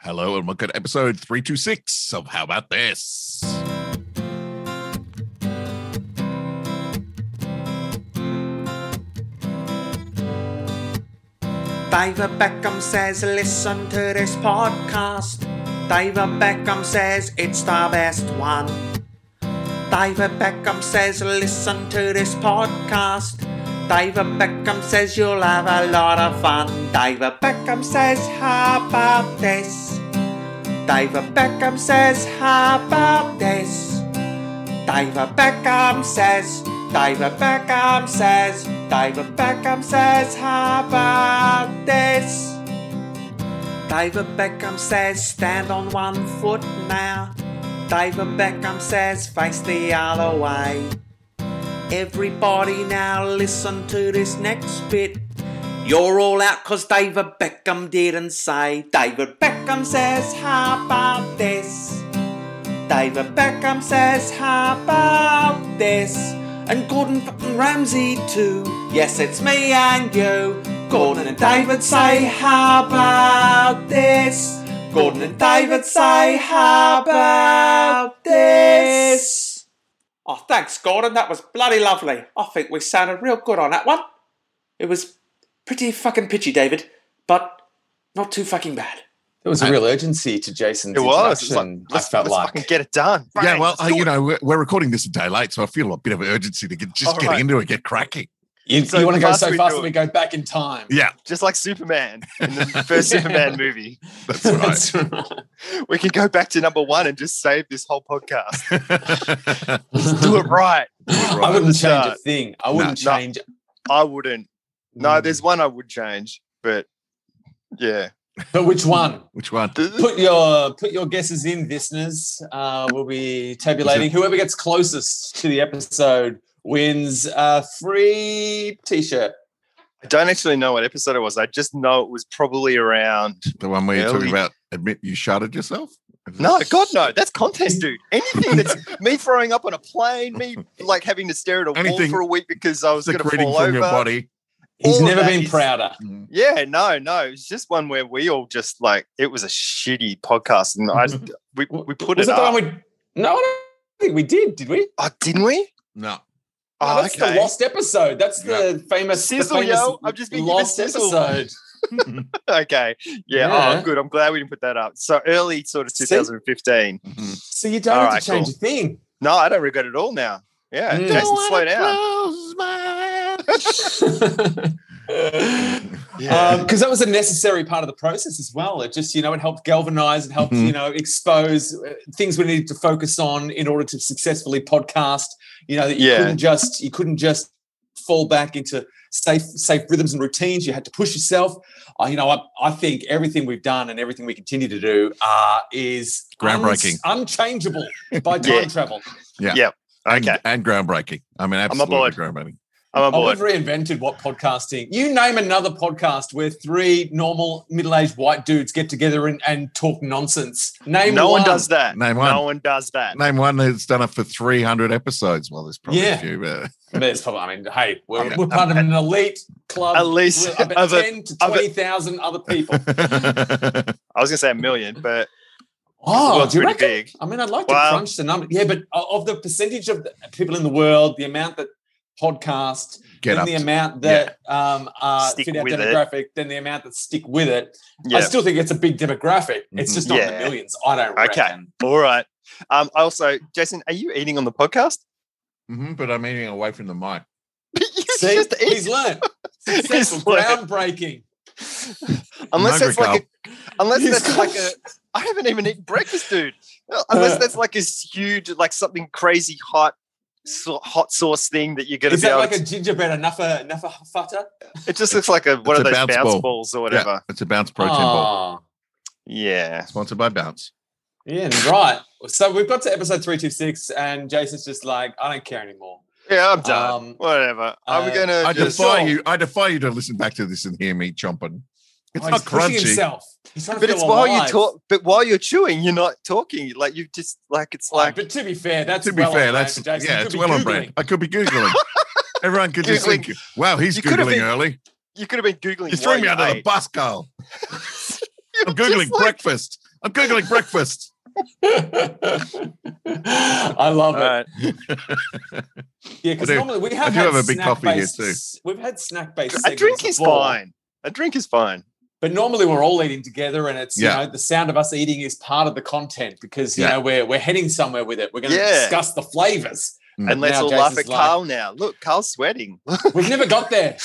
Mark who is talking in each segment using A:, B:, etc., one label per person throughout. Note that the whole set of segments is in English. A: Hello and welcome to episode 326 of How About This?
B: Diva Beckham says, listen to this podcast. Diva Beckham says, it's the best one. Diva Beckham says, listen to this podcast. Diva Beckham says, you'll have a lot of fun. Diva Beckham says, how about this? Diva Beckham says, how about this? Diva Beckham says, Diva Beckham says, Diva Beckham says, how about this? Diva Beckham says, stand on one foot now. Diva Beckham says, face the other way. Everybody now listen to this next bit. You're all out 'cause David Beckham didn't say. David Beckham says, how about this? David Beckham says, How about this? And Gordon fucking Ramsay too. Yes, it's me and you. Gordon and David say, How about this? Gordon and David say, How about this? Oh, thanks, Gordon. That was bloody lovely. I think we sounded real good on that one. It was pretty fucking pitchy, David, but not too fucking bad.
C: There was a real urgency to Jason's
D: It was. It's like,
C: introduction.
D: let's,
C: I felt
D: let's
C: like
D: fucking get it done.
A: yeah,
D: Bang,
A: well,
D: let's
A: uh,
D: do
A: you
D: it.
A: know, we're, we're recording this a day late, so I feel a bit of urgency to get just
D: All
A: getting
D: right.
A: into it, get cracking.
C: you,
D: so
C: you want to go
D: fast
C: so
D: we
C: fast
D: do
C: that we
D: it.
C: go back in time.
A: Yeah,
D: just like Superman in the first
C: Yeah.
D: Superman movie,
A: that's right.
D: we can go back to number one and just save this whole podcast.
A: Let's
D: do it right.
C: I wouldn't
D: Let's
C: change a
D: start.
C: thing. I wouldn't
D: no.
C: change.
D: I wouldn't.
C: Hmm.
D: No, there's one I would change, but yeah,
C: But which one?
A: Which one?
C: Put your put your guesses in, listeners. Uh, we'll be tabulating. Whoever gets closest to the episode wins a free T-shirt.
D: I don't actually know what episode it was. I just know it was probably around.
A: The one where you're
D: Early.
A: talking about admit you sharded yourself?
D: No, God, no. That's contest, dude. Anything that's me throwing up on a plane, me like having to stare at a
A: Anything
D: wall for a week because I was going to
A: Secreting
D: fall
A: from
D: over.
A: your body.
C: He's
D: All of
C: never
D: that
C: been
D: is-
C: prouder.
A: Mm.
D: Yeah, no, no. It's just one where we all just like it was a shitty podcast, and I we, we put
C: Was
D: it
C: that the
D: up.
C: one we? No, I don't think we did. Did we? No,
D: oh, didn't we?
A: No.
D: Oh,
C: that's
D: okay.
C: the lost episode. That's the famous the
D: Sizzle,
C: famous
D: yo. I've just been given
C: lost
D: sizzle.
C: episode.
D: okay, yeah. Oh,
C: Yeah.
D: I'm good. I'm glad we didn't put that up. So early, sort of
C: See?
D: 2015.
A: Mm-hmm.
C: So you don't
D: All
C: have
D: right,
C: to change a thing.
D: No, I don't regret it all now. Yeah,
C: Mm.
D: Jason, slow down. Yeah.
C: because Um, that was a necessary part of the process as well. It just, you know, it helped galvanize, it helped,
A: Mhm.
D: Mm-hmm.
C: you know, expose uh, things we needed to focus on in order to successfully podcast. You know, that you
D: Yeah.
C: couldn't just you couldn't just fall back into safe safe rhythms and routines. You had to push yourself. I, you know, I, I think everything we've done and everything we continue to do uh, is
A: Groundbreaking.
C: uns- unchangeable by time
D: Yeah.
C: travel.
A: And,
D: Okay.
A: and groundbreaking. I mean, absolutely
D: aboard.
A: groundbreaking.
D: I'm
C: Oh, we've
D: aboard.
C: reinvented what podcasting. You name another podcast where three normal middle-aged white dudes get together and, and talk nonsense. Name
D: No one
C: one
D: does that.
A: Name one.
D: No one does that.
A: Name one that's done it for 300 episodes. Well, there's probably
C: Yeah.
A: a few, but
C: There's probably. I mean, hey, we're,
A: Okay.
C: we're part of an elite club.
D: At least
C: We're about
D: of a-
C: ten to
D: of a-
C: twenty thousand other people.
D: Oh. I was going to say a million, but the
C: Oh,
D: world's
C: do you
D: pretty
C: reckon?
D: big.
C: I mean, I'd like
D: Wow.
C: to crunch the number. Yeah, but o- of the percentage of the people in the world, the amount that podcast
A: get
C: then
A: up.
C: the
A: to-
C: amount that um, uh,
D: Stick
C: fit our
D: with it.
C: demographic, then the amount that stick with it. I
D: Yeah. Mm-hmm.
C: still think it's a big demographic. It's
A: Mhm.
C: just not in the
D: Yeah.
C: millions. I don't
D: Okay.
C: reckon.
D: All right. Um. Also, Jason, are you eating on the podcast?
A: Mhm, but I'm eating away from the mic.
D: You
C: See,
D: just eat.
C: he's learned. Successful,
D: He's learned.
C: groundbreaking.
D: unless
A: Hungry
D: that's like a, unless
C: He's
D: that's like a
C: got-
D: I haven't even eaten breakfast, dude.
A: Uh,
D: Unless that's like this huge, like something crazy hot, so, hot sauce thing that you're gonna
C: Is
D: be
C: that
D: able.
C: like
D: to,
C: a gingerbread enough enough futter?
D: it just looks like a one
A: it's a
D: of those
A: bounce
D: bounce,
A: ball.
D: balls or
A: Yeah,
D: whatever.
A: it's a bounce protein
C: Oh.
A: ball.
C: Ah,
D: Yeah.
A: Sponsored by Bounce.
C: Yeah, right. So we've got to episode three two six, and Jason's just like, I don't care anymore.
D: yeah, I'm done.
C: Um,
D: whatever. I'm
C: uh,
D: gonna
A: I
D: just.
A: defy
C: Sure.
A: you. I defy you to listen back to this and hear me chomping. It's
C: oh,
A: not
C: he's pushing
A: crunchy.
C: Himself. He's trying to
D: But
C: feel
D: it's while
C: alive.
D: you talk. But while you're chewing, you're not talking. Like you just like it's
C: Oh,
D: like
C: but to be fair, that's
A: To be
C: well on
A: fair,
C: brand
A: that's
C: for Jason.
A: yeah,
C: You
A: it's
C: could be
A: well on
C: Googling.
A: brand. I could be googling. Everyone could just think, "Wow, he's
D: You could have
A: googling
D: been-
A: early."
D: you could have been googling.
A: You threw
D: while
A: me under the
D: ate.
A: bus, Carl.
D: You
A: I'm googling
D: Just like-
A: breakfast. I'm googling breakfast.
C: I love
D: All
C: it.
D: right.
C: Yeah,
A: I
C: because
A: do.
C: normally we have
A: do
C: had
A: have a big coffee here
C: snack-based-
A: too.
C: We've had snack based.
D: A drink is fine. A drink is fine.
C: but normally we're all eating together, and it's
A: Yeah.
C: you know the sound of us eating is part of the content because you
A: Yeah.
C: know we're we're heading somewhere with it. We're going to
D: Yeah.
C: discuss the flavors.
A: Mm.
D: And let's
C: Now
D: all laugh
C: Jason's
D: at
C: like-
D: Carl now. Look, Carl's sweating.
C: We've never got there.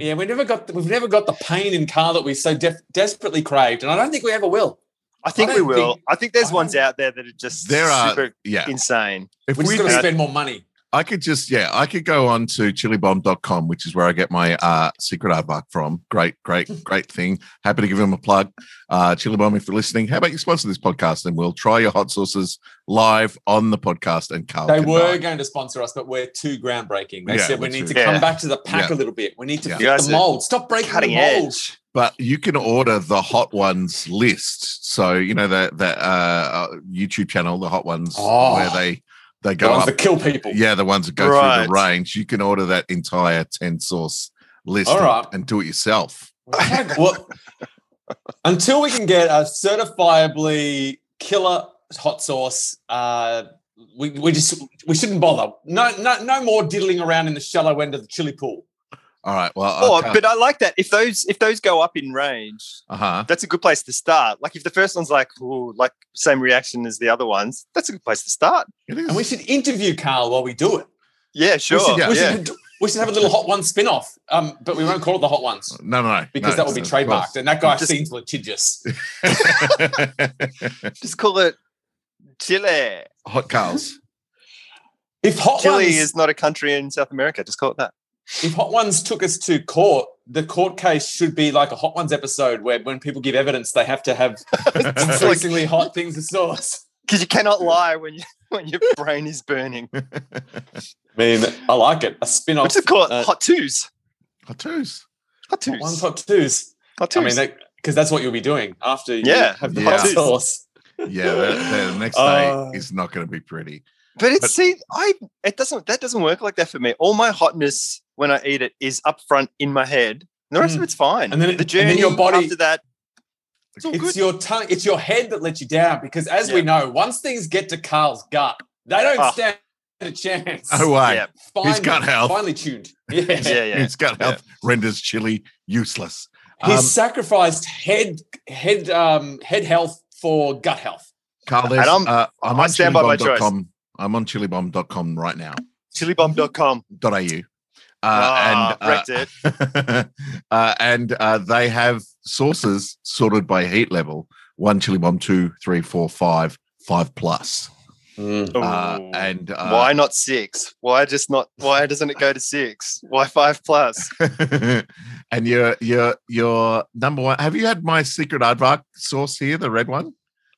C: Yeah, we never got we've never got the pain in car that we so def- desperately craved, and I don't think we ever will.
D: I think
C: I
D: we
C: don't
D: will.
C: think-
D: I think there's
C: I
D: ones
C: don't-
D: out there that are just
A: There are-
D: super
A: Yeah.
D: insane.
A: If
C: We're
A: we,
C: just going to
A: had-
C: spend more money.
A: I could just, yeah, I could go on to chilibomb.com, which is where I get my uh, secret aardvark from. Great,
C: Hmm.
A: great, great thing. Happy to give them a plug. Uh, Chili Bomb, if you're listening, how about you sponsor this podcast and we'll try your hot sauces live on the podcast and Carl.
C: They
A: can
C: were
A: buy.
C: going to sponsor us, but we're too groundbreaking. They
A: Oh, Yeah,
C: said we
A: we're
C: need
A: too-
C: to come
D: Yeah.
C: back to the pack
A: Yeah.
C: a little bit. We need to
A: Yeah.
C: fit
D: Guys
C: the
D: are
C: mold. Stop breaking
D: Cutting
C: the mold.
D: edge.
A: But you can order the hot ones list. So, you know, that that uh, uh, YouTube channel, the hot ones,
C: Oh.
A: where they, they
C: The
A: go
C: ones
A: up.
C: that kill people.
A: Yeah, the ones that go through
D: Right.
A: the range. You can order that entire 10 source list
C: All
A: up
C: right.
A: and do it yourself.
C: Okay, well, until we can get a certifiably killer hot sauce, uh, we, we just we shouldn't bother. No, no, no more diddling around in the shallow end of the chili pool.
A: All right. Well, I
D: Oh,
A: can't-
D: but I like that. If those if those go up in range,
A: uh-huh.
D: that's a good place to start. Like if the first one's like, ooh, like same reaction as the other ones, that's a good place to start.
A: It is.
C: And we should interview Carl while we do it.
D: Yeah, sure.
C: We should,
D: yeah.
C: we should, we should have a little hot one spin off, um, but we won't call it the hot ones
A: No, no, no.
C: because
A: no,
C: that would be
A: of course.
C: trademarked. And that guy
D: Just-
C: seems litigious.
D: Just call it Chile.
A: Hot cows.
C: If hot
D: Chile
C: ones,
D: is not a country in South America. Just call it that.
C: if hot ones took us to court, the court case should be like a hot ones episode where when people give evidence, they have to have
D: It's like-
C: increasingly hot things to source.
D: Because you cannot lie when you when your brain is burning.
C: Oh, I mean, I like it. A spin off.
D: What's it called?
C: uh,
D: hot twos.
A: Hot twos.
D: Hot twos.
C: One's hot twos.
D: hot
C: I
D: twos.
C: mean, because that's what you'll be doing after you
D: Yeah.
C: have the
A: Yeah.
C: hot sauce.
A: Yeah, the, the next day
C: Uh,
A: is not going to be pretty.
D: But it's
A: But-
D: see, I it doesn't that doesn't work like that for me. All my hotness when I eat it is up front in my head. and the rest of
C: Mm.
D: it's fine.
C: And then it-
D: the
C: and then
D: journey
C: your body-
D: after that, it's all
C: It's
D: Oh, good.
C: your tongue. It's your head that let you down because, as we
D: Yeah.
C: know, once things get to Carl's gut, they don't
D: Oh.
C: stand a chance.
A: No way.
D: Yeah,
A: He's got health.
C: Finely tuned. Yeah.
D: yeah, yeah.
A: His gut health renders chili useless.
C: He
A: Um,
C: sacrificed head head um head health for gut health.
A: Carl, there's,
D: I'm-
A: uh, I'm
D: I
A: on
D: stand by my choice.
A: chilibomb.com. I'm on chilibomb.com right now.
D: Chilibomb.com.
A: dot au. Uh,
D: Ah,
A: and uh,
D: wrecked it.
A: uh, and uh, they have sources sorted by heat level one chili bomb, two, three, four, five, five plus.
C: Mm,
A: Uh,
D: Ooh.
A: and uh,
D: why not six? Why just not? Why doesn't it go to six? Why five plus?
A: and your your your number one. Have you had my secret aardvark sauce here, the red one?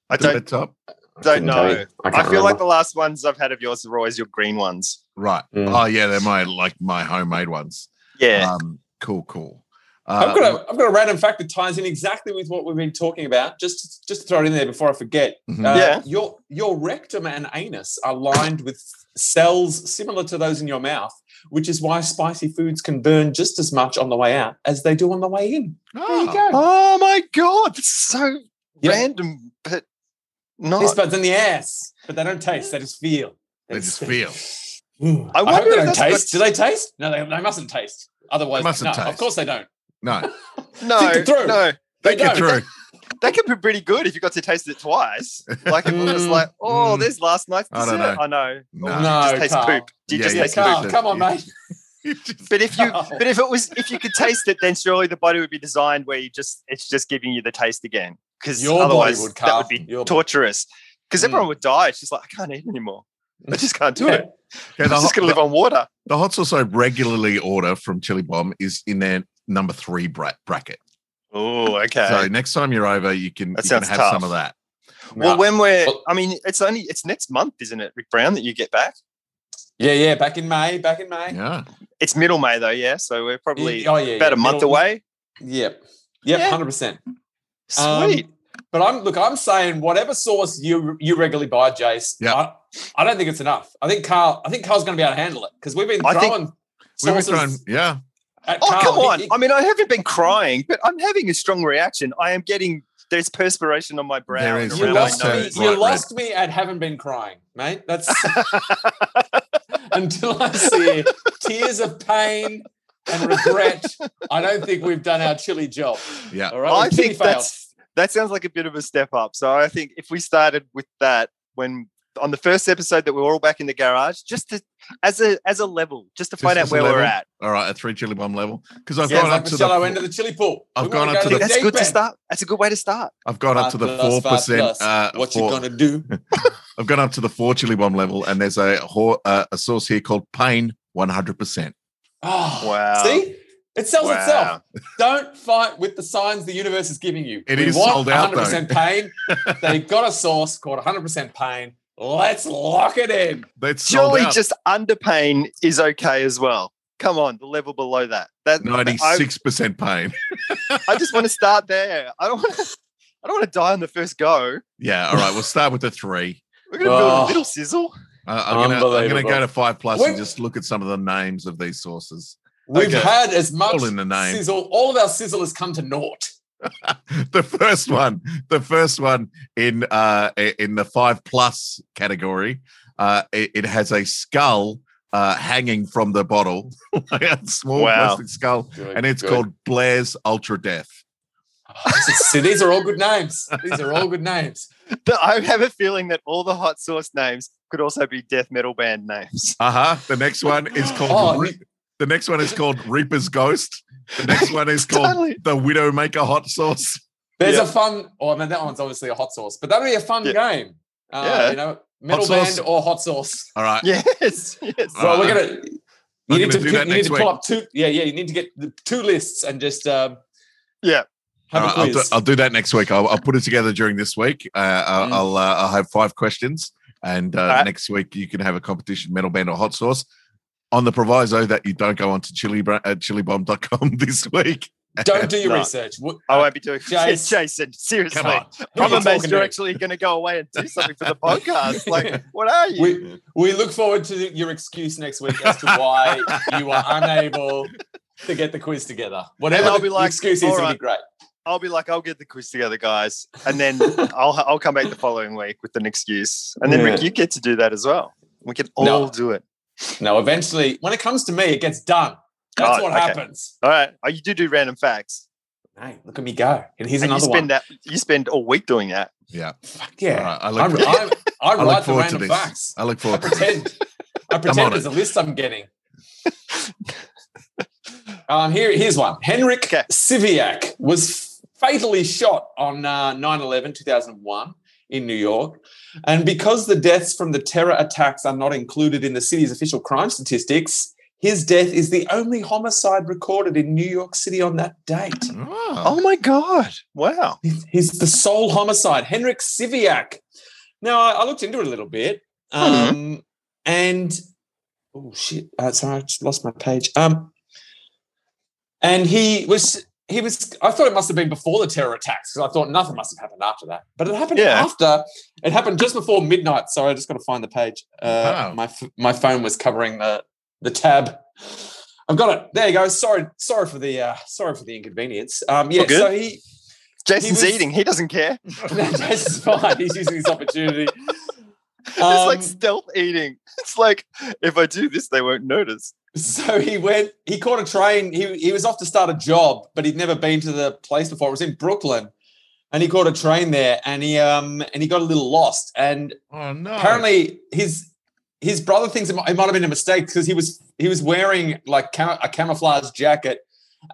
D: I
A: The
D: don't
A: red top?
D: don't know.
C: I,
D: I feel like the last ones I've had of yours are always your green ones.
A: Right.
C: Mm.
A: Oh yeah, they're my like my homemade ones.
D: Yeah,
A: Um, cool, cool.
C: I've
A: Uh,
C: got a I've got a random fact that ties in exactly with what we've been talking about. Just just to throw it in there before I forget.
A: mhm.
C: Uh,
D: Yeah.
C: Your your rectum and anus are lined with cells similar to those in your mouth, which is why spicy foods can burn just as much on the way out as they do on the way in. There you
A: Ah,
C: go.
D: Oh my god, it's so
C: Yeah.
D: random, but not.
C: Taste buds in the ass, but they don't taste. They just feel.
A: They just feel.
C: Ooh, I,
D: I
C: hope
D: wonder
C: they
D: if
C: don't
D: that's got-
C: taste. Do they taste? No, they, they mustn't taste. Otherwise,
A: Mustn't
C: no, of
A: taste.
C: course they don't.
A: No,
D: no,
C: Think it through.
D: no,
C: They
A: thank you,
C: don't.
A: Drew.
D: that could be pretty good if you got to taste it twice. Like if it was
C: Mm,
D: like, oh,
A: mm.
D: there's last night's
A: I don't
D: dessert. I know.
A: No.
D: Or
A: No,
D: did you just taste
C: Carl.
D: poop. Did you
A: Yeah,
D: just
A: yeah,
D: taste
A: Carl.
D: poop?
A: poop.
C: come on, mate.
A: You just-
D: But if you,
C: Carl.
D: but if it was, if you could taste it, then surely the body would be designed where you just, it's just giving you the taste again. Because
C: Your body
D: otherwise,
C: would,
D: that
C: Carl.
D: would be
C: Your body.
D: torturous. Because
C: Mm.
D: everyone would die. It's just like I can't eat anymore. I just can't do it.
A: Yeah, the
D: I'm just
A: hot-
D: gonna live on water.
A: The hot sauce I regularly order from Chili Bomb is in their number three bra- bracket.
D: Oh, okay.
A: So next time you're over, you can,
D: That
A: you can
D: sounds
A: have
D: tough.
A: some of that.
D: Well, when we're,
C: Well-
D: I mean, it's only it's next month, isn't it, Rick Brown, that you get back?
C: Yeah, yeah. Back in May. Back in May.
A: Yeah.
D: It's middle May though, yeah. So we're probably
C: oh, yeah, yeah.
D: about a month
C: Middle-
D: away.
C: Yep. Yep.
D: Yeah.
C: Hundred percent. Um,
D: Sweet.
C: but I'm look. I'm saying whatever sauce you you regularly buy, Jace.
A: Yeah.
C: I, I don't think it's enough. I think Carl. I think Carl's going to be able to handle it because we've been
D: I
C: throwing
D: think-
A: We were
C: sauces
A: trying, yeah.
C: at
D: oh
C: Carl.
D: come
C: He-
D: on!
C: he-
D: I mean, I haven't been crying, but I'm having a strong reaction. I am getting there's perspiration on my brow.
A: There
D: and
A: is.
C: You
D: around
A: Right,
C: lost
A: no,
C: me.
D: my
A: right,
C: You
A: right.
C: lost me at haven't been crying, mate. That's until I see tears of pain and regret. I don't think we've done our chilly job.
A: Yeah.
C: All right.
D: I
C: We've chilly
D: think
C: failed.
D: that's that sounds like a bit of a step up. So I think if we started with that when on the first episode that we were all back in the garage, just to, as a as a level, just to
A: Just
D: find out
A: as a
D: where we're
A: level.
D: at.
A: All right, a three chili bomb level because I've
C: Sounds
A: gone
C: like
A: up
C: the
A: to the,
C: shallow end of the chili pool.
A: I've
C: wanna
A: gone up
C: go
A: to
D: I think
A: the
D: that's
C: deep
D: good to
C: end.
D: start. That's a good way to start.
A: I've gone up to the
C: Fast plus,
A: four
C: fast
A: percent.
C: plus.
A: Uh,
C: What
A: four-
C: you gonna do?
A: I've gone up to the four chili bomb level, and there's a ho- uh, a sauce here called Pain 100. percent
C: Oh,
D: Wow.
C: See, it sells
D: Wow.
C: itself. Don't fight with the signs the universe is giving you.
A: It
C: we
A: is
C: want
A: sold out, though.
C: 100% pain. they got a source called 100% pain. Let's lock it in.
A: That's sold
D: Surely
A: out.
D: just under pain is okay as well. Come on, the level below that. That
A: 96 percent pain.
D: I, I just want to start there. I don't want to I don't want to die on the first go.
A: Yeah. All right. We'll start with the three.
D: We're gonna build
C: Oh.
D: a little sizzle.
A: Uh, I'm gonna I'm gonna
C: Unbelievable.
A: go to five plus
C: When-
A: and just look at some of the names of these sauces.
C: We've
A: Okay.
C: had as much
A: All in the name.
C: sizzle. All of our sizzle has come to naught.
A: the first one, the first one in uh in the five plus category, uh it, it has a skull uh hanging from the bottle, like a small
D: Wow.
A: plastic skull, and it's
C: Good.
A: called Blair's Ultra Death.
C: See, these are all good names. These are all good names.
D: The- I have a feeling that all the hot sauce names could also be death metal band names.
A: Uh huh. The next one is called.
C: Oh,
A: Re- the next one is called Reaper's Ghost. The next one is called
D: Totally.
A: the Widowmaker Hot Sauce.
C: There's
D: Yeah.
C: a fun. Oh, I mean, that one's obviously a hot sauce, but that'll be a fun
D: Yeah.
C: game. Uh,
D: Yeah.
C: You know, metal
A: sauce.
C: band or hot sauce.
A: All right.
D: Yes, yes.
A: Uh,
C: Well, we're gonna. You need
A: gonna
C: to
A: do
C: pick-
A: that
C: you need
A: next
C: to
A: week.
C: pull up two. Yeah, yeah. You need to get the two lists and just. Um,
D: Yeah.
C: Have
A: All
C: a
A: right, Uh, I'll, do,
C: quiz.
A: I'll do that next week. I'll, I'll put it together during this week. Uh, I'll,
C: Mm.
A: I'll, uh, I'll have five questions, and uh,
D: right.
A: next week you can have a competition: metal band or hot sauce. On the proviso that you don't go on to chili bra- uh, chilibomb.com this week.
C: Don't do your
D: No.
C: research. What-
D: I won't be doing
C: Jason.
D: Jason. Jason, seriously.
A: Come on,
C: who are you
D: Problem is,
C: talking
D: you're
C: to?
D: actually going to go away and do something for the podcast. Like, what are you?
C: We, we look forward to your excuse next week as to why you were unable to get the quiz together. Whatever
D: I'll
C: the
D: be like,
C: excuse is, it'll
D: "Alright."
C: be great.
D: I'll be like, I'll get the quiz together, guys, and then I'll I'll come back the following week with an excuse, and then
C: Yeah.
D: Rick, you get to do that as well. We can all
C: No.
D: do it.
C: No, eventually, when it comes to me, it gets done. That's
D: Oh,
C: what
D: okay.
C: happens.
D: All right, oh, you do do random facts.
C: Hey, look at me go. And here's
D: And you
C: another
D: spend
C: one.
D: that you spend all week doing that.
A: Yeah.
C: Fuck
A: All
C: yeah.
A: right. I
C: I,
A: look,
C: I, I
A: I
C: write
A: look
C: the
A: forward to
C: random
A: this.
C: facts.
A: I look
C: I
A: forward to this.
C: pretend. I pretend
A: on
C: there's a list I'm getting. Um, here, here's one. Henrik
D: Okay.
C: Siviak was fatally shot on uh, 9-11, 2001 in New York. And because the deaths from the terror attacks are not included in the city's official crime statistics, his death is the only homicide recorded in New York City on that date.
A: Oh,
D: Oh my god! Wow.
C: He's- He's the sole homicide, Henrik Siviak. Now, I, I looked into it a little bit,
D: Hmm.
C: um, and oh shit, uh, sorry, I just lost my page. Um, and he was, he was. I thought it must have been before the terror attacks because I thought nothing must have happened after that, but it happened
D: Yeah.
C: after. It happened just before midnight. Sorry, I just got to find the page. Uh,
A: Wow.
C: My f- my phone was covering the the tab. I've got it. There you go. Sorry, sorry for the uh, sorry for the inconvenience. Um, yeah,
D: good.
C: so he
D: Jason's
C: was-
D: eating. He doesn't care.
C: no, Jason's fine. He's using this opportunity.
D: it's
C: Um,
D: like stealth eating. It's like if I do this, they won't notice.
C: so he went, he caught a train. He, he was off to start a job, but he'd never been to the place before. It was in Brooklyn. And he caught a train there and he um and he got a little lost. And
A: oh no.
C: apparently his his brother thinks it might, it might have been a mistake because he was he was wearing like cam- a camouflage jacket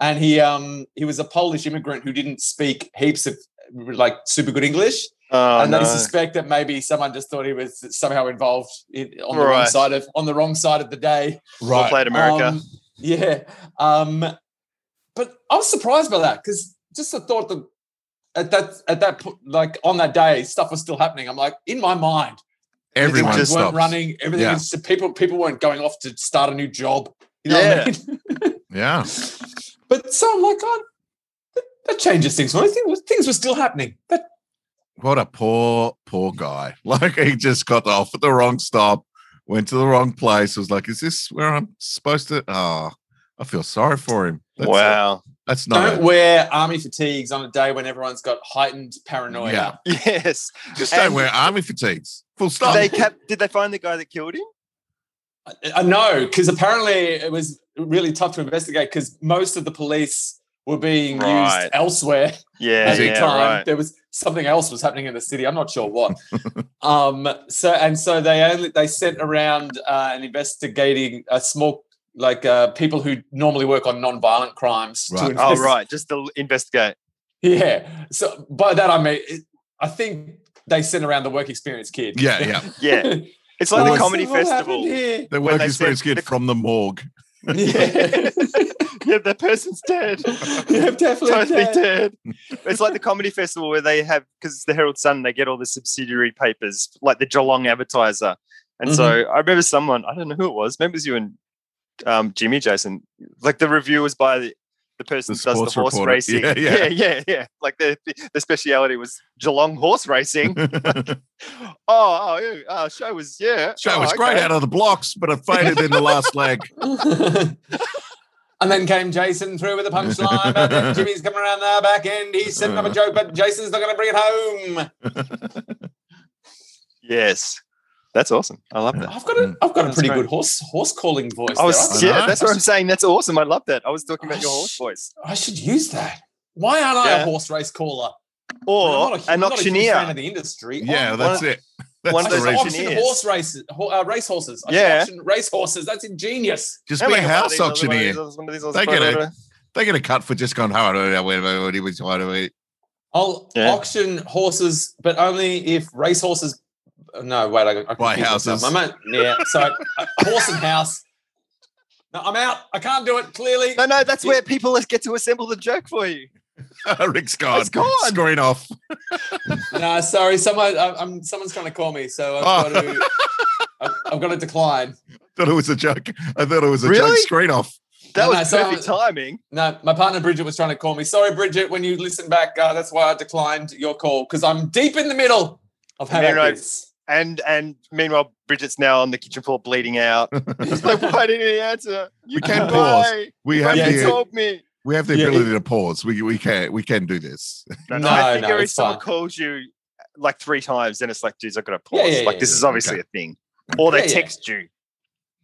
C: and he um he was a Polish immigrant who didn't speak heaps of like super good English.
D: Oh,
C: and
D: no.
C: they suspect that maybe someone just thought he was somehow involved in, on the wrong
D: Right.
C: side of on the wrong side of the day.
D: Well
A: right.
D: played, America.
C: Um, yeah, um, but I was surprised by that because just the thought that at that at that po- like on that day stuff was still happening. I'm like in my mind,
A: Everyone
C: everything just
A: stops.
C: weren't running. Everything
A: Yeah.
C: was people people weren't going off to start a new job. You know
D: Yeah.
C: what I mean?
A: Yeah.
C: but so I'm like, oh, that, that changes things. Well, I think things were still happening. That
A: what a poor, poor guy. Like he just got off at the wrong stop, went to the wrong Ah, place. Was like, is this where I'm supposed to? Oh, I feel sorry for him. That's-
D: wow.
A: That's not.
C: Don't
A: it.
C: wear army fatigues on a day when everyone's got heightened paranoia.
A: Yeah.
D: Yes.
A: Just don't
D: And-
A: wear army fatigues. Full
D: Did
A: stop.
D: they cap- Did they find the guy that killed him?
C: I, I know, because uh, apparently it was really tough to investigate because most of the police were being
D: Right.
C: used elsewhere
D: Yeah.
C: at the
A: Is he-
D: yeah,
C: time.
D: right.
C: There was something else was happening in the city. I'm not sure what. um, so and so they only they sent around uh, and investigating a small like uh, people who normally work on non-violent crimes.
A: Right.
D: Oh,
C: invest-
D: right. Just to investigate.
C: Yeah. So by that I mean it- I think they sent around the work experience kid.
A: yeah, yeah.
D: Yeah. It's like
A: Oh,
D: the
A: so
D: comedy
C: what
D: festival.
C: happened here?
A: The
D: When
A: work
D: they
A: experience
D: said-
A: kid from the morgue.
C: Yeah.
D: Yeah, that person's dead.
C: Yeah, definitely
D: totally
C: dead.
D: dead. It's like the comedy festival where they have because it's the Herald Sun, they get all the subsidiary papers, like the Geelong Advertiser. And so
A: Mm-hmm.
D: I remember someone, I don't know who it was, maybe it was you and um, Jimmy Jason. Like the review was by the, the person
A: The
D: who does the
A: sports
D: horse
A: reporter.
D: racing.
A: Yeah, yeah.
D: yeah, yeah. yeah. Like the the speciality was Geelong horse racing. oh, oh, yeah, uh, show was yeah.
A: Show
D: oh,
A: was great
D: okay.
A: out of the blocks, but it faded in the last leg.
C: and then came Jason through with a punchline. And then Jimmy's coming around the back end. He's setting up
D: Uh.
C: a joke, but Jason's not going to bring it home.
D: Yes, that's awesome. I love that.
C: I've got a, I've got a
D: That's
C: pretty
D: great.
C: good horse horse calling voice.
D: I
A: I
D: was,
A: know.
C: there.
D: yeah, that's what I'm saying. That's awesome. I love that. I was talking
C: Oh,
D: about your horse
C: shit.
D: voice.
C: I should use that. Why aren't I a
D: Yeah.
C: horse race caller?
D: Or
C: I'm not a, hu-
D: an
C: I'm not a huge fan
D: auctioneer.
C: of the industry.
A: Yeah,
C: I'm-
A: that's
D: one
A: it. That's
D: one
C: I
A: the
C: should
D: of those
A: reason.
C: auction
D: auctioneers.
C: horse races, ho- uh, race horses. I should
D: Yeah.
C: auction race horses. That's ingenious.
A: Just
D: How
A: be a
D: many of
A: house
D: these other
A: auctioneer.
D: ones- some of these ones-
A: They get it. They get a cut for just going, "Oh, how do we?
C: I'll
D: Yeah.
C: auction horses, but only if race horses. No, wait, I, I
A: Buy
C: confused myself.
A: houses.
C: I'm out- yeah, so uh, horse and house. No, I'm out. I can't do it. Clearly,
D: No, no, that's where people get to assemble the joke for you.
A: Rick's gone.
D: It's gone.
A: Screen off.
C: no, sorry. Someone, I, I'm someone's trying to call me, so I've
A: Oh.
C: got to. I've, I've got to decline.
A: Thought it was a joke. I thought it was a joke.
D: Really?
A: Screen off.
D: That
C: No, no,
D: was
C: so-
D: perfect timing.
C: No, my partner Bridget was trying to call me. Sorry, Bridget. When you listen back, uh, that's why I declined your call because I'm deep in the middle of having
D: Middle.
C: this.
D: And and meanwhile, Bridget's now on the kitchen floor bleeding out. It's like, why didn't he answer?
A: We can pause.
D: Why?
A: We
D: Why
A: have
C: Yeah,
D: you
A: the
D: told me?
A: we have the
C: Yeah,
A: ability to pause. We we can we can do this.
D: No,
C: No,
D: I think
C: no,
D: if
C: it's
D: someone
C: fine.
D: calls you like three times, then it's like, dudes, I've got to pause.
C: Yeah, yeah,
D: like,
C: yeah,
D: this
C: yeah.
D: is obviously
A: Okay.
D: a thing. Or they
C: Yeah, yeah.
D: text you.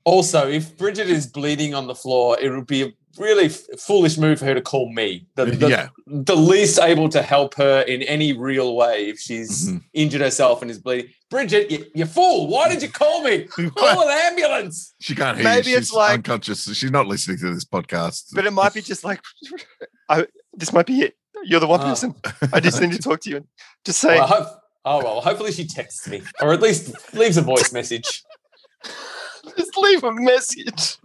C: Also, if Bridget is bleeding on the floor, it would be a really f- foolish move for her to call me. The, the,
A: yeah.
C: the least able to help her in any real way if she's
D: Mm-hmm.
A: Mhm.
C: injured herself and is bleeding. Bridget, you, you fool. Why did you call me? Call an ambulance.
A: She can't hear.
D: Maybe
A: you.
D: it's
A: She's
D: like-
A: unconscious. She's not listening to this podcast.
D: But it might be just like, I, this might be it. You're the one
C: Ah.
D: person. I just need to talk to you and just say,
C: Well, I hope, oh, well, hopefully she texts me or at least leaves a voice message.
D: just leave a message.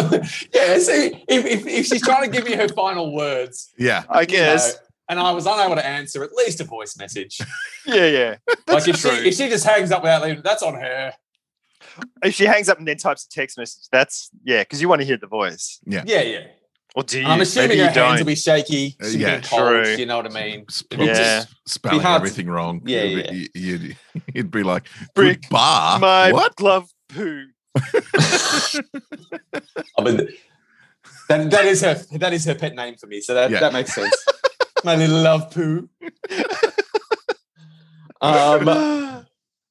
C: yeah, see, if, if, if she's trying to give me her final words,
A: yeah.
D: I
C: you know,
D: guess.
C: and I was unable to answer, at least a voice message.
D: Yeah, yeah. That's
C: like if
D: true.
C: she, if she just hangs up without leaving, that's on her.
D: if she hangs up and then types a text message, that's yeah, because you want to hear the voice.
C: Yeah, yeah.
D: Or do you?
C: I'm assuming
D: Maybe
C: her
D: you
C: hands
D: don't.
C: will be shaky.
A: Uh,
C: She's yeah,
A: yeah,
C: cold.
D: true.
C: You know what I mean?
A: S-
C: It'd be
D: Yeah.
C: just-
A: Spelling
C: hard to-
A: everything wrong.
C: Yeah,
A: It'd be- you- You'd, you'd be like
D: Brick,
A: bar.
D: My
A: what?
D: glove poo.
C: I mean, that, that is her. That is her pet name for me. So that,
A: Yeah.
C: that makes sense. My little love poo. um,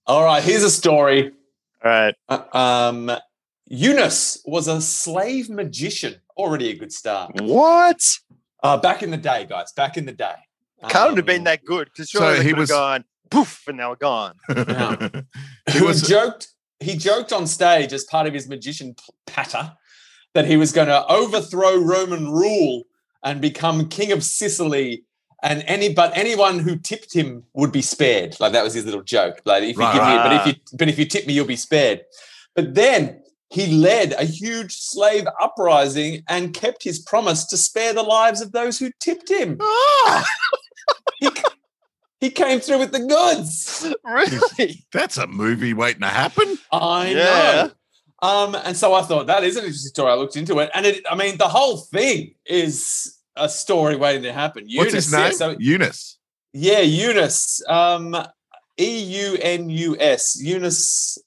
C: all right. Here's a story.
D: All right.
C: Uh, um, Eunice was a slave magician. Already a good start.
D: What?
C: Uh, back in the day, guys. Back in the day.
D: Can't have
C: Um,
D: been that good because
A: So
D: surely
A: he
D: he was
A: was-
D: gone. Poof, and they were gone.
C: Yeah.
A: He
C: who
A: was-
C: joked he joked on stage as part of his magician p- patter that he was going to overthrow Roman rule and become king of Sicily and any but anyone who tipped him would be spared like that was his little joke like if you
A: Right,
C: give me but if
D: right.
C: you but if you tip me you'll be spared but then he led a huge slave uprising and kept his promise to spare the lives of those who tipped him
A: Ah,
C: he, c- he came through with the goods
D: really?
A: that's a movie waiting to happen.
C: I
D: Yeah.
C: know. Um, and so I thought that is an interesting story. I looked into it, and it, I mean, the whole thing is a story waiting to happen.
A: What's his
C: yeah,
A: name?
C: so-
A: Eunice.
C: yeah, Eunice. Um, E U N U S. Eunice,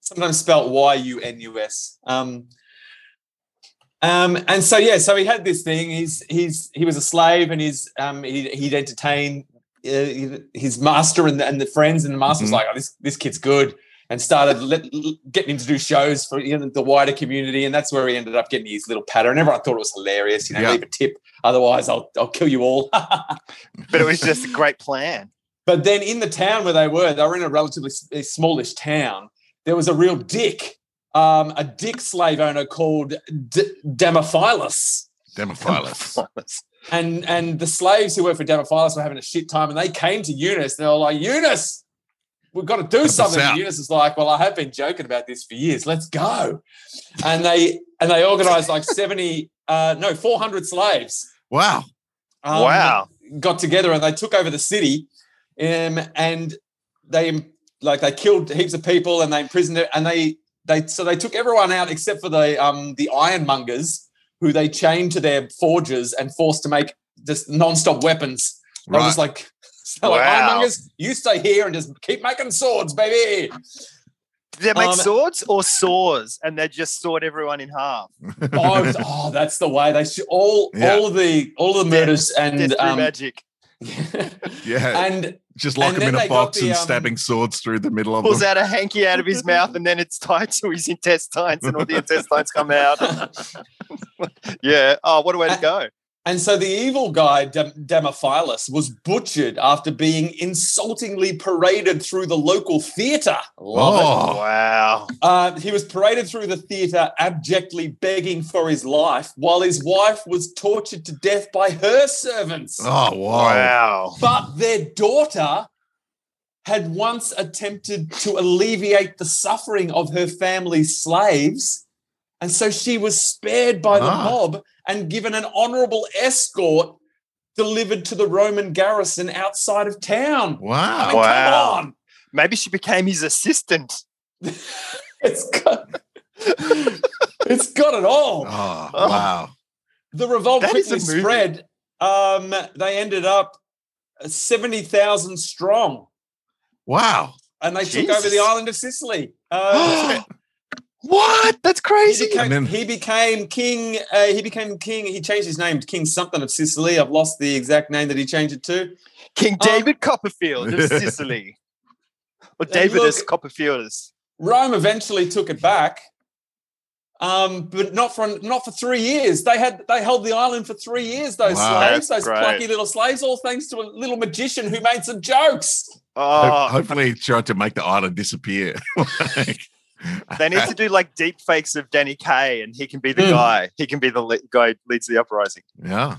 C: sometimes spelled Y U N U S. Um, Um, and so yeah, so he had this thing. He's he's he was a slave, and he's um, he, he'd entertain uh, his master and the, and the friends, and the master was
A: Mhm.
C: like, "Oh, this this kid's good," and started let, getting him to do shows for you know, the wider community, and that's where he ended up getting his little patter. And everyone thought it was hilarious. You know,
A: Yeah.
C: leave a tip, otherwise I'll I'll kill you all.
D: But it was just a great plan.
C: But then in the town where they were, they were in a relatively s- a smallish town. There was a real dick, um, a dick slave owner called D- Damophilus.
A: Demophilus.
C: And and the slaves who worked for Damophilus were having a shit time, and they came to Eunice. And they were like, Eunice, we've got to do
A: us
C: something.
A: out.
C: And Eunice is like, Well, I have been joking about this for years. Let's go. And they and they organized like seventy, uh, no, four hundred slaves.
A: wow.
C: um,
D: wow.
C: got together and they took over the city um, and they like they killed heaps of people and they imprisoned it and they they so they took everyone out except for the um the ironmongers who they chained to their forges and forced to make just non-stop weapons they were
A: Right.
C: just like so like,
D: Wow.
C: ironmongers you stay here and just keep making swords baby
D: Did they make
C: um,
D: swords or saws? And they just sawed everyone in half.
C: oh, oh, that's the way they should all
A: Yeah.
C: all of the all of the
D: Death-
C: murders
D: Death
C: and
D: through
C: um
D: magic.
A: yeah.
C: and
A: Just lock
C: and
A: him in
C: then
A: a
C: they got
A: box
C: the,
A: and
C: um,
A: stabbing swords through the middle of
D: Pulls
A: them.
D: out a hanky out of his mouth and then it's tied to his intestines and all the intestines come out. Yeah. Oh, what a way to go.
C: And so the evil guy, Dem- Demophilus, was butchered after being insultingly paraded through the local theater. Love it.
A: Oh,
D: Wow.
C: Uh, he was paraded through the theater, abjectly begging for his life, while his wife was tortured to death by her servants.
A: oh, wow.
D: Wow.
C: But their daughter had once attempted to alleviate the suffering of her family's slaves. And so she was spared by the
A: Ah.
C: mob and given an honorable escort delivered to the Roman garrison outside of town. I mean,
A: Wow.
D: Wow.
C: Come on.
D: Maybe she became his assistant.
C: It's got, it's got it all.
A: Oh,
D: Oh.
A: wow.
C: The revolt
D: That is
C: quickly
D: a movie.
C: spread. Um, they ended up 70,000 strong.
A: Wow.
C: and they took over the
D: Jesus.
C: island of Sicily. Uh,
D: what? That's
C: he,
D: crazy.
C: became,
A: And then-
C: he became king. Uh, he became king. He changed his name to King something of Sicily. I've lost the exact name that he changed it to.
D: King
C: Um,
D: David Copperfield of Sicily. Or Davidus
C: look-
D: Copperfieldus.
C: Rome eventually took it back, um, but not for not for three years. They had they held the island for three years. Those
A: Wow.
C: slaves, those
D: That's great.
C: plucky little slaves, all thanks to a little magician who made some jokes. Uh.
D: Oh,
A: Ho- Hopefully, he tried to make the island disappear. Like-
D: They need to do like deep fakes of Danny Kaye, and he can be the
C: Mm.
D: guy. He can be the le- guy who leads the uprising.
A: yeah.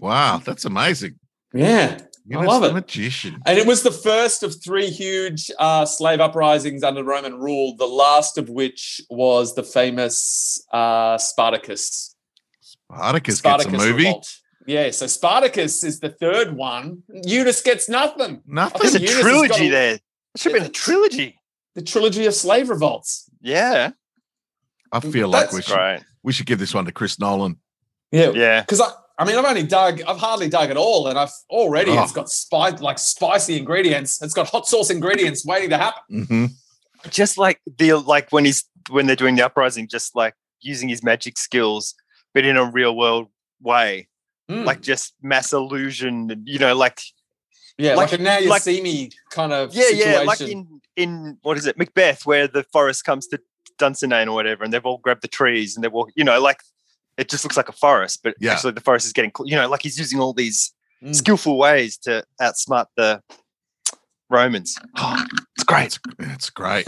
A: Wow. That's amazing.
C: Yeah,
A: You
C: I love
A: the
C: it.
A: Magician.
C: And it was the first of three huge uh, slave uprisings under Roman rule, the last of which was the famous uh, Spartacus.
A: Spartacus, gets a movie.
C: revolt. Yeah, so Spartacus is the third one. Eunice gets nothing. I
A: Nothing.
D: There's a
C: Eunice has got
D: trilogy
C: a-
D: there. There should have been a trilogy.
C: The trilogy of slave revolts.
D: Yeah.
A: I feel like
C: That's
A: we should
D: Right.
A: we should give this one to Chris Nolan.
C: Yeah.
D: Yeah.
C: Because I, I mean, I've only dug, I've hardly dug at all, and I've already
A: Oh.
C: it's got spice like spicy ingredients. It's got hot sauce ingredients waiting to happen.
A: hmm
D: Just like the like when he's when they're doing the uprising, just like using his magic skills, but in a real world way.
C: Mm.
D: Like just mass illusion, you know, like
C: yeah, like,
D: like-
C: a now you
D: like-
C: see me kind of
D: yeah,
C: situation.
D: yeah, like in in what is it, Macbeth, where the forest comes to Dunsinane or whatever, and they've all grabbed the trees and they're walking, you know, like it just looks like a forest, but
A: Yeah.
D: actually the forest is getting, cl- you know, like he's using all these
C: Mm.
D: skillful ways to outsmart the Romans.
A: Oh,
D: it's great.
A: That's great.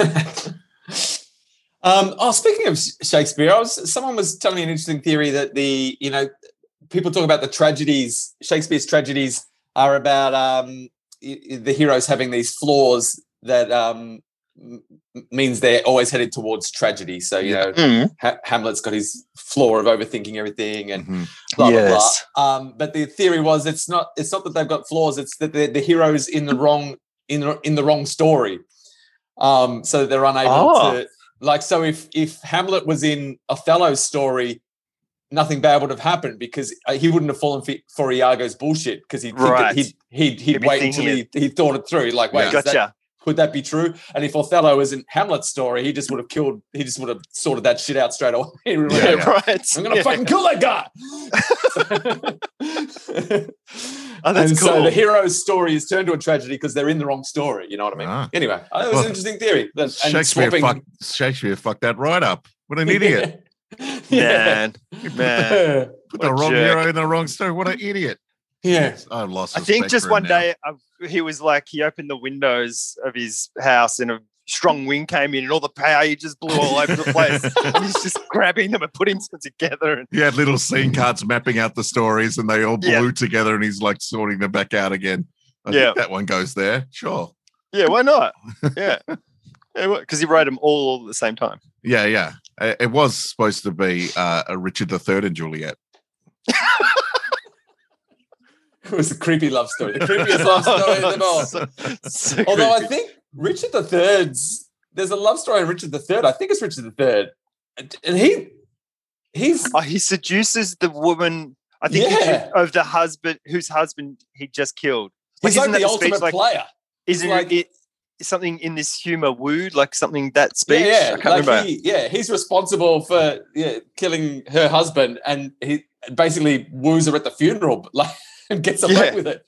C: um, oh, speaking of Sh- Shakespeare, I was someone was telling me an interesting theory that the you know people talk about the tragedies, Shakespeare's tragedies are about um, y- y- the heroes having these flaws that um, m- means they're always headed towards tragedy. So you know, ha- Hamlet's got his flaw of overthinking everything, and
A: Mhm.
C: blah blah
D: Yes.
C: blah. Um, but the theory was it's not it's not that they've got flaws; it's that the, the hero's in the wrong in the, in the wrong story, um, so they're unable
D: Oh.
C: to like. So if if Hamlet was in Othello's story, nothing bad would have happened because uh, he wouldn't have fallen for, for Iago's bullshit because he'd, think that
D: Right.
C: he'd he'd he'd
D: He'd be
C: wait until
D: thinking
C: he he thought it through. Like wait,
A: Yeah.
C: is that-
D: Gotcha.
C: could that be true? And if Othello isn't Hamlet's story, he just would have killed. He just would have sorted that shit out straight away. He would have
A: Yeah,
C: been
A: yeah.
C: like,
D: right.
C: I'm gonna
D: Yeah.
C: fucking kill that guy.
D: Oh, that's
C: and so
D: cool.
C: the hero's story is turned to a tragedy because they're in the wrong story. You know what I mean?
A: Ah.
C: Anyway, uh, it was
A: Well,
C: an interesting theory. That- and
A: Shakespeare
C: swapping-
A: fucked Shakespeare fucked that right up. What an idiot!
C: yeah.
D: Man, man.
A: Put
D: What
A: the
D: a
A: wrong
D: jerk.
A: hero in the wrong story. What an idiot!
C: Yeah.
A: I've lost.
D: I think
A: respect
D: just
A: for him
D: one
A: now.
D: day uh, he was like, he opened the windows of his house and a strong wind came in and all the pages blew all over the place. and he's just grabbing them and putting them together. And
A: He had little scene cards mapping out the stories, and they all blew
D: Yeah.
A: together, and he's like sorting them back out again. I
D: Yeah.
A: think that one goes there. Sure.
D: yeah, why not? Yeah. Because he wrote them all at the same time.
A: Yeah, yeah. I- It was supposed to be uh, a Richard III and Juliet.
C: It was a creepy love story. The creepiest love story in the world.
D: So- so
C: Although I
D: creepy.
C: think Richard III's there's a love story in Richard III. I think it's Richard III, and, and he he's
D: Oh, he seduces the woman. I think he should-
C: Yeah.
D: of the husband whose husband he just killed.
C: he's like
D: isn't that
C: the
D: the speech,
C: ultimate
D: like-
C: player.
D: Isn't
C: like-
D: it something in this humor wooed like something that speech?
C: Yeah, yeah.
D: I can't
C: like
D: remember.
C: He, yeah, he's responsible for yeah, killing her husband, and he basically woos her at the funeral, but, like and gets away
D: Yeah.
C: with it.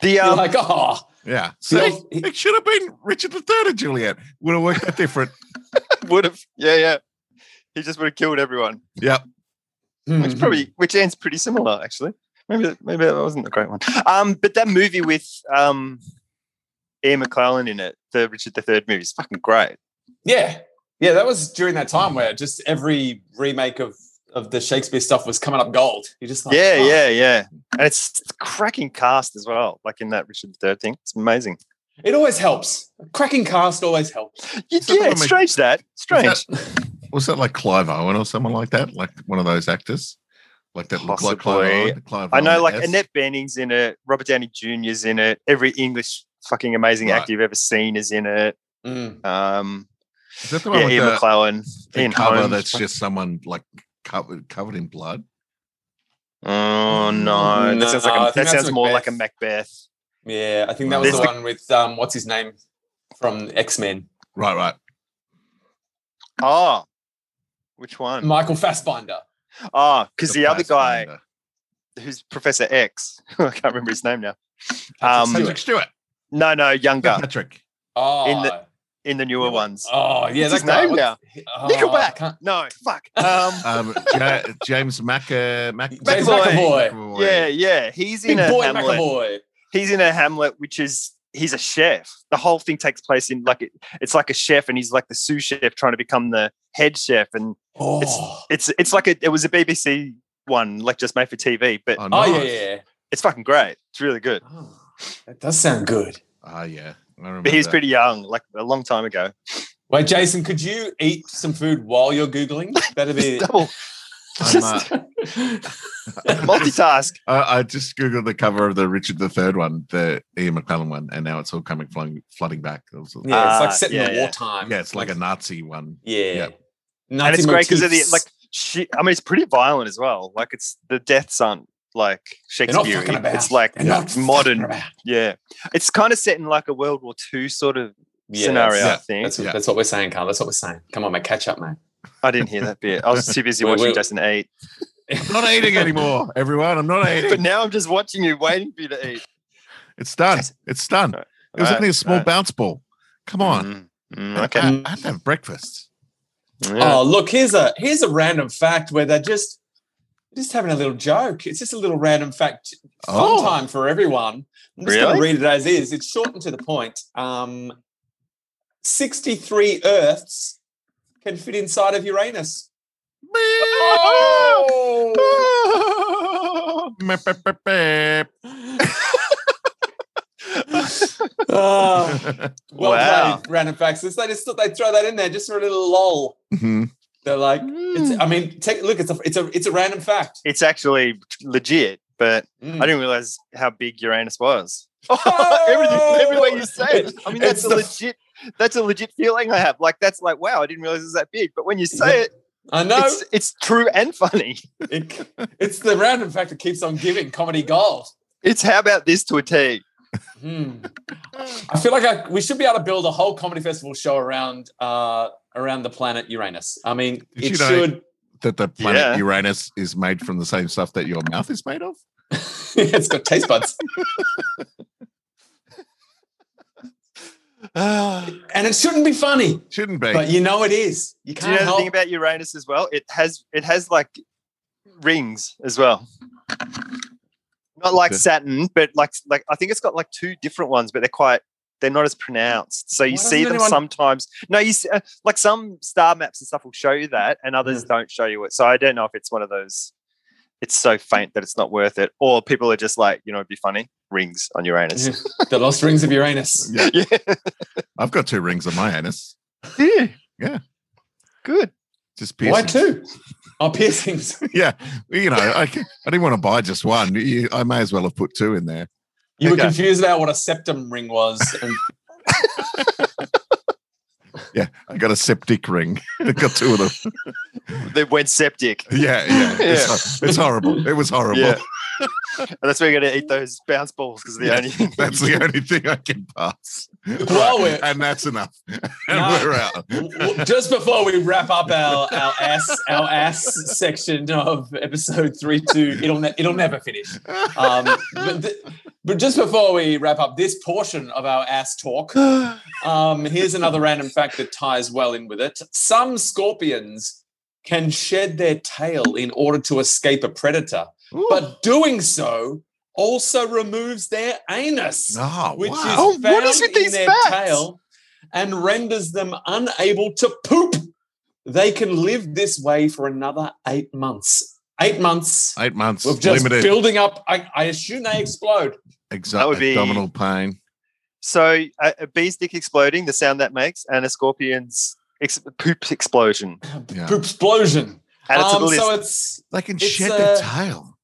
D: the
C: You're
D: um,
C: like, oh,
A: Yeah.
C: the
A: See,
C: old- he-
A: it should have been Richard III and Juliet. Would have worked out different.
D: would have yeah yeah he just would have killed everyone
C: hmm."
D: which
A: Mm-hmm.
D: probably which ends pretty similar actually maybe that- maybe that wasn't a great one um but that movie with um ian mcclellan in it the richard iii movie is fucking great
C: yeah, yeah. That was during that time where just every remake of of the Shakespeare stuff was coming up gold. You just like,
D: yeah
C: oh.
D: yeah yeah and it's cracking cast as well like in that richard iii thing it's amazing
C: It always helps. A cracking cast always helps.
D: yeah
A: that the one
D: it's
A: with-
D: strange that strange
A: Was that like Clive Owen or someone like that? Like one of those actors? Like that looked like Clive
D: Possibly.
A: Owen. Clive
D: i know
A: Owen,
D: like
A: yes.
D: annette benning's in it robert downey jr's in it every english fucking amazing
A: Right.
D: actor you've ever seen is in it
C: Mm.
D: um
A: Is that the one
D: yeah,
A: with
D: Ian
A: the,
D: McClellan,
A: the
D: Ian
A: cover
D: Holmes.
A: that's just someone like covered covered in blood?
D: Oh
C: No,
D: no, that sounds,
C: Mm, I
D: like a,
C: think
D: that
C: that's
D: sounds more like a
C: Macbeth.
D: Macbeth.
C: Yeah, I think that was
D: There's
C: the
D: the-
C: one with um, what's his name from X Men,
A: Right, right.
D: Oh, which one?
C: Michael Fassbinder.
D: Oh, because the, other guy
A: Pathfinder.
D: who's Professor X, I can't remember his name now.
C: Patrick
D: Um,
A: Patrick Stewart.
D: no, no, younger
A: Patrick.
C: Oh,
D: In the- in the newer ones.
C: oh yeah, that's
D: What's his
C: guy.
D: name
C: What's-
D: now?
C: he- oh,
D: Nickelback.
C: I can't-
D: No, fuck. Um,
A: Um, Ja- James Mac- uh, Mac-
C: James McAvoy.
A: McAvoy.
D: yeah, yeah, he's in
C: Big
D: a
C: boy
D: Hamlet.
C: McAvoy.
D: He's in a Hamlet, which is he's a chef. The whole thing takes place in like it, it's like a chef, and he's like the sous chef trying to become the head chef, and
C: Oh,
D: it's it's like a, it was a BBC one, like just made for TV, but
A: Oh,
C: oh yeah,
A: nice.
C: yeah, yeah.
D: it's fucking great. It's really good.
C: Oh, that does sound good.
A: Ah, yeah. I remember.
D: But he was
A: that.
D: pretty young, like a long time ago.
C: Wait, Jason, could you eat some food while you're googling? That'd be
D: Double
A: I'm,
D: just
A: uh,
D: multitask.
A: I, I just googled the cover of the Richard the Third one, the Ian McClellan one, and now it's all coming flooding, flooding back. It was- yeah.
C: yeah. It's
D: Ah,
C: like set in
D: yeah,
C: the
D: yeah.
C: wartime.
A: it's like a Nazi one.
C: yeah.
A: yeah.
C: Nazi
D: And it's great because of the
C: motifs.
D: like she I mean it's pretty violent as well. Like it's the deaths aren't like
C: They're not
D: Shakespeare.
C: fucking about.
D: It's like
C: They're not fucking
D: modern.
C: about.
D: Yeah. It's kind of set in like a World War II sort of
C: Yeah,
D: scenario,
C: that's-
D: I think.
C: That's, what-
A: Yeah.
C: that's what we're saying, Carl. That's what we're saying. Come on, mate. Catch up, mate.
D: I didn't hear that bit. I was too busy
C: Wait,
D: watching
C: wait.
D: Jason eat.
A: I'm not eating anymore, everyone. I'm not
D: But
A: eating.
D: now I'm just watching you waiting for you to eat.
A: It's done. It's done.
D: Right,
A: It was
D: right,
A: only a small
D: right.
A: bounce ball. Come on.
D: Mm, mm,
A: I-
D: okay.
A: I, I had to have breakfast.
D: Yeah.
C: Oh, look, here's a here's a random fact where they're just just having a little joke. It's just a little random fact fun
A: Oh.
C: time for everyone. I'm just gonna
D: Really?
C: read it as is. It's short and to the point. Um 63 Earths can fit inside of Uranus. Oh! Oh, well
D: Wow.
C: played, random facts. It's- They just thought they'd throw that in there just for a little lol.
D: Mm-hmm.
A: Mhm.
C: They're like, it's,
D: Hmm.
C: I mean, take, look, it's a, it's a, it's a random fact.
D: It's actually legit, but
C: Mm.
D: I didn't realize how big Uranus was.
C: Oh!
D: Everything, everywhere you say it. I mean,
C: It's
D: that's a
C: the-
D: legit. That's a legit feeling I have. Like that's like, wow, I didn't realize it was that big. But when you say it,
C: I know.
D: it's it's true and funny.
C: It- it's the random fact that keeps on giving comedy gold.
D: It's how about this to a T?
C: Hmm. I feel like I, we should be able to build a whole comedy festival show around uh, around the planet Uranus. I mean,
A: Did
C: it
A: you know-
C: should.
A: That the planet
D: Yeah.
A: Uranus is made from the same stuff that your mouth is made of.
C: it's got taste buds, and it shouldn't be funny,
A: Shouldn't be.
C: but you know it is. You
D: Do you
C: can't
D: know the
C: help.
D: thing about Uranus as well? It has it has like rings as well. Not like
A: Okay.
D: Saturn, but like like I think it's got like two different ones, but they're quite they're not as pronounced. So you
C: Why
D: see
C: doesn't
D: them
C: anyone-
D: sometimes. No, you see, uh, like some star maps and stuff will show you that, and others don't show you it. So I don't know if it's one of those. It's so faint that it's not worth it, or people are just like, you know, it'd be funny rings on Uranus.
C: the lost rings of Uranus.
A: Yeah.
D: yeah.
A: I've got two rings on my anus.
D: yeah.
A: Yeah.
D: Good.
A: Just
C: Why
A: piercing.
C: two? Oh, piercings.
A: Yeah. You know, I, I didn't want to buy just one. You- I may as well have put two in there.
C: You
D: Okay.
C: were confused about what a septum ring was. And
A: Yeah. I got a septic ring. I got two of them.
D: They went septic.
A: Yeah. Yeah. It's, it's horrible. It was horrible.
D: Yeah. and that's where you're going to eat those bounce balls because the
A: Yeah,
D: only thing
A: That's the only thing I can pass.
C: Well,
A: Right,
C: we're-
A: and that's enough. And
C: No.
A: we're out.
C: w- w- just before we wrap up our, our ass our ass section of episode three two, it'll ne- it'll never finish. Um, but, th- but just before we wrap up this portion of our ass talk, um, here's another random fact that ties well in with it. Some scorpions can shed their tail in order to escape a predator, but doing so also removes their anus
A: oh,
C: which
A: wow.
C: is
D: Oh,
C: found
D: what is with
C: in
D: these
C: their
D: facts?
C: tail and renders them unable to poop. They can live this way for another eight months. Eight months
A: Eight months
C: of just
A: limited
C: building up. I, I assume they explode.
A: exa-
D: That would be-
A: abdominal pain.
D: So a, a bee's dick exploding, the sound that makes, and a scorpion's ex- poop explosion.
A: Yeah.
C: Poop explosion.
D: Add it to the
C: Um,
D: list.
C: so it's
A: They can
C: It's,
A: shed their
C: uh,
A: tail.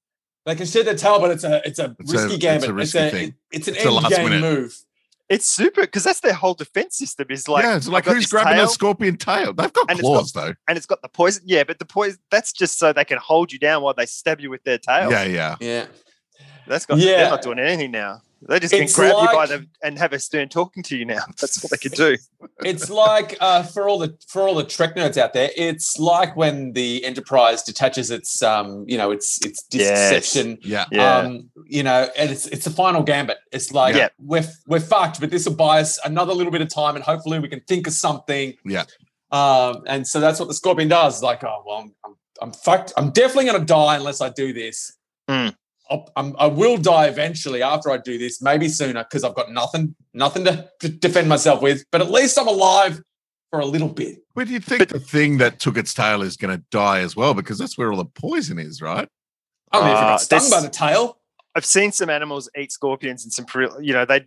C: they can shed their tail, but it's a it's a
A: It's a-
C: risky
A: it's
C: gambit.
A: a risky thing.
C: it- it's an
A: It's a
C: end
A: last
C: game
A: minute.
C: move.
D: it's super because that's their whole defense system is like,
A: yeah, it's like
D: I've got
A: who's
D: this
A: grabbing a
D: tail,
A: scorpion tail? They've got
D: and it's
A: claws though.
D: and it's got the poison. Yeah, but the poison that's just so they can hold you down while they stab you with their tail.
A: Yeah, yeah.
C: Yeah.
D: that's got.
C: Yeah.
D: They're not doing anything now. They just can
C: It's
D: grab you by
C: like-
D: the and have a stern talking to you now. That's what they can do.
C: it's like uh, for all the for all the Trek nerds out there, it's like when the Enterprise detaches its um, you know, its its disc
D: Yes.
C: section.
A: Yeah.
D: Yeah.
C: Um, you know, and it's it's the final gambit. It's like
D: Yeah.
C: we're we're fucked, but this will buy us another little bit of time, and hopefully we can think of something.
A: Yeah.
C: Um, and so that's what the scorpion does. Like, oh well, I'm I'm, I'm fucked. I'm definitely gonna die unless I do this.
D: Hmm.
C: I'll, I'm, I will die eventually after I do this, maybe sooner, because I've got nothing nothing to to defend myself with. But at least I'm alive for a little bit.
A: But you think
D: But-
A: the thing that took its tail is going to die as well because that's where all the poison is, right?
C: I mean, if I
D: Ah,
C: got stung
D: this-
C: by the tail,
D: I've seen some animals eat scorpions and some, pre- you know, they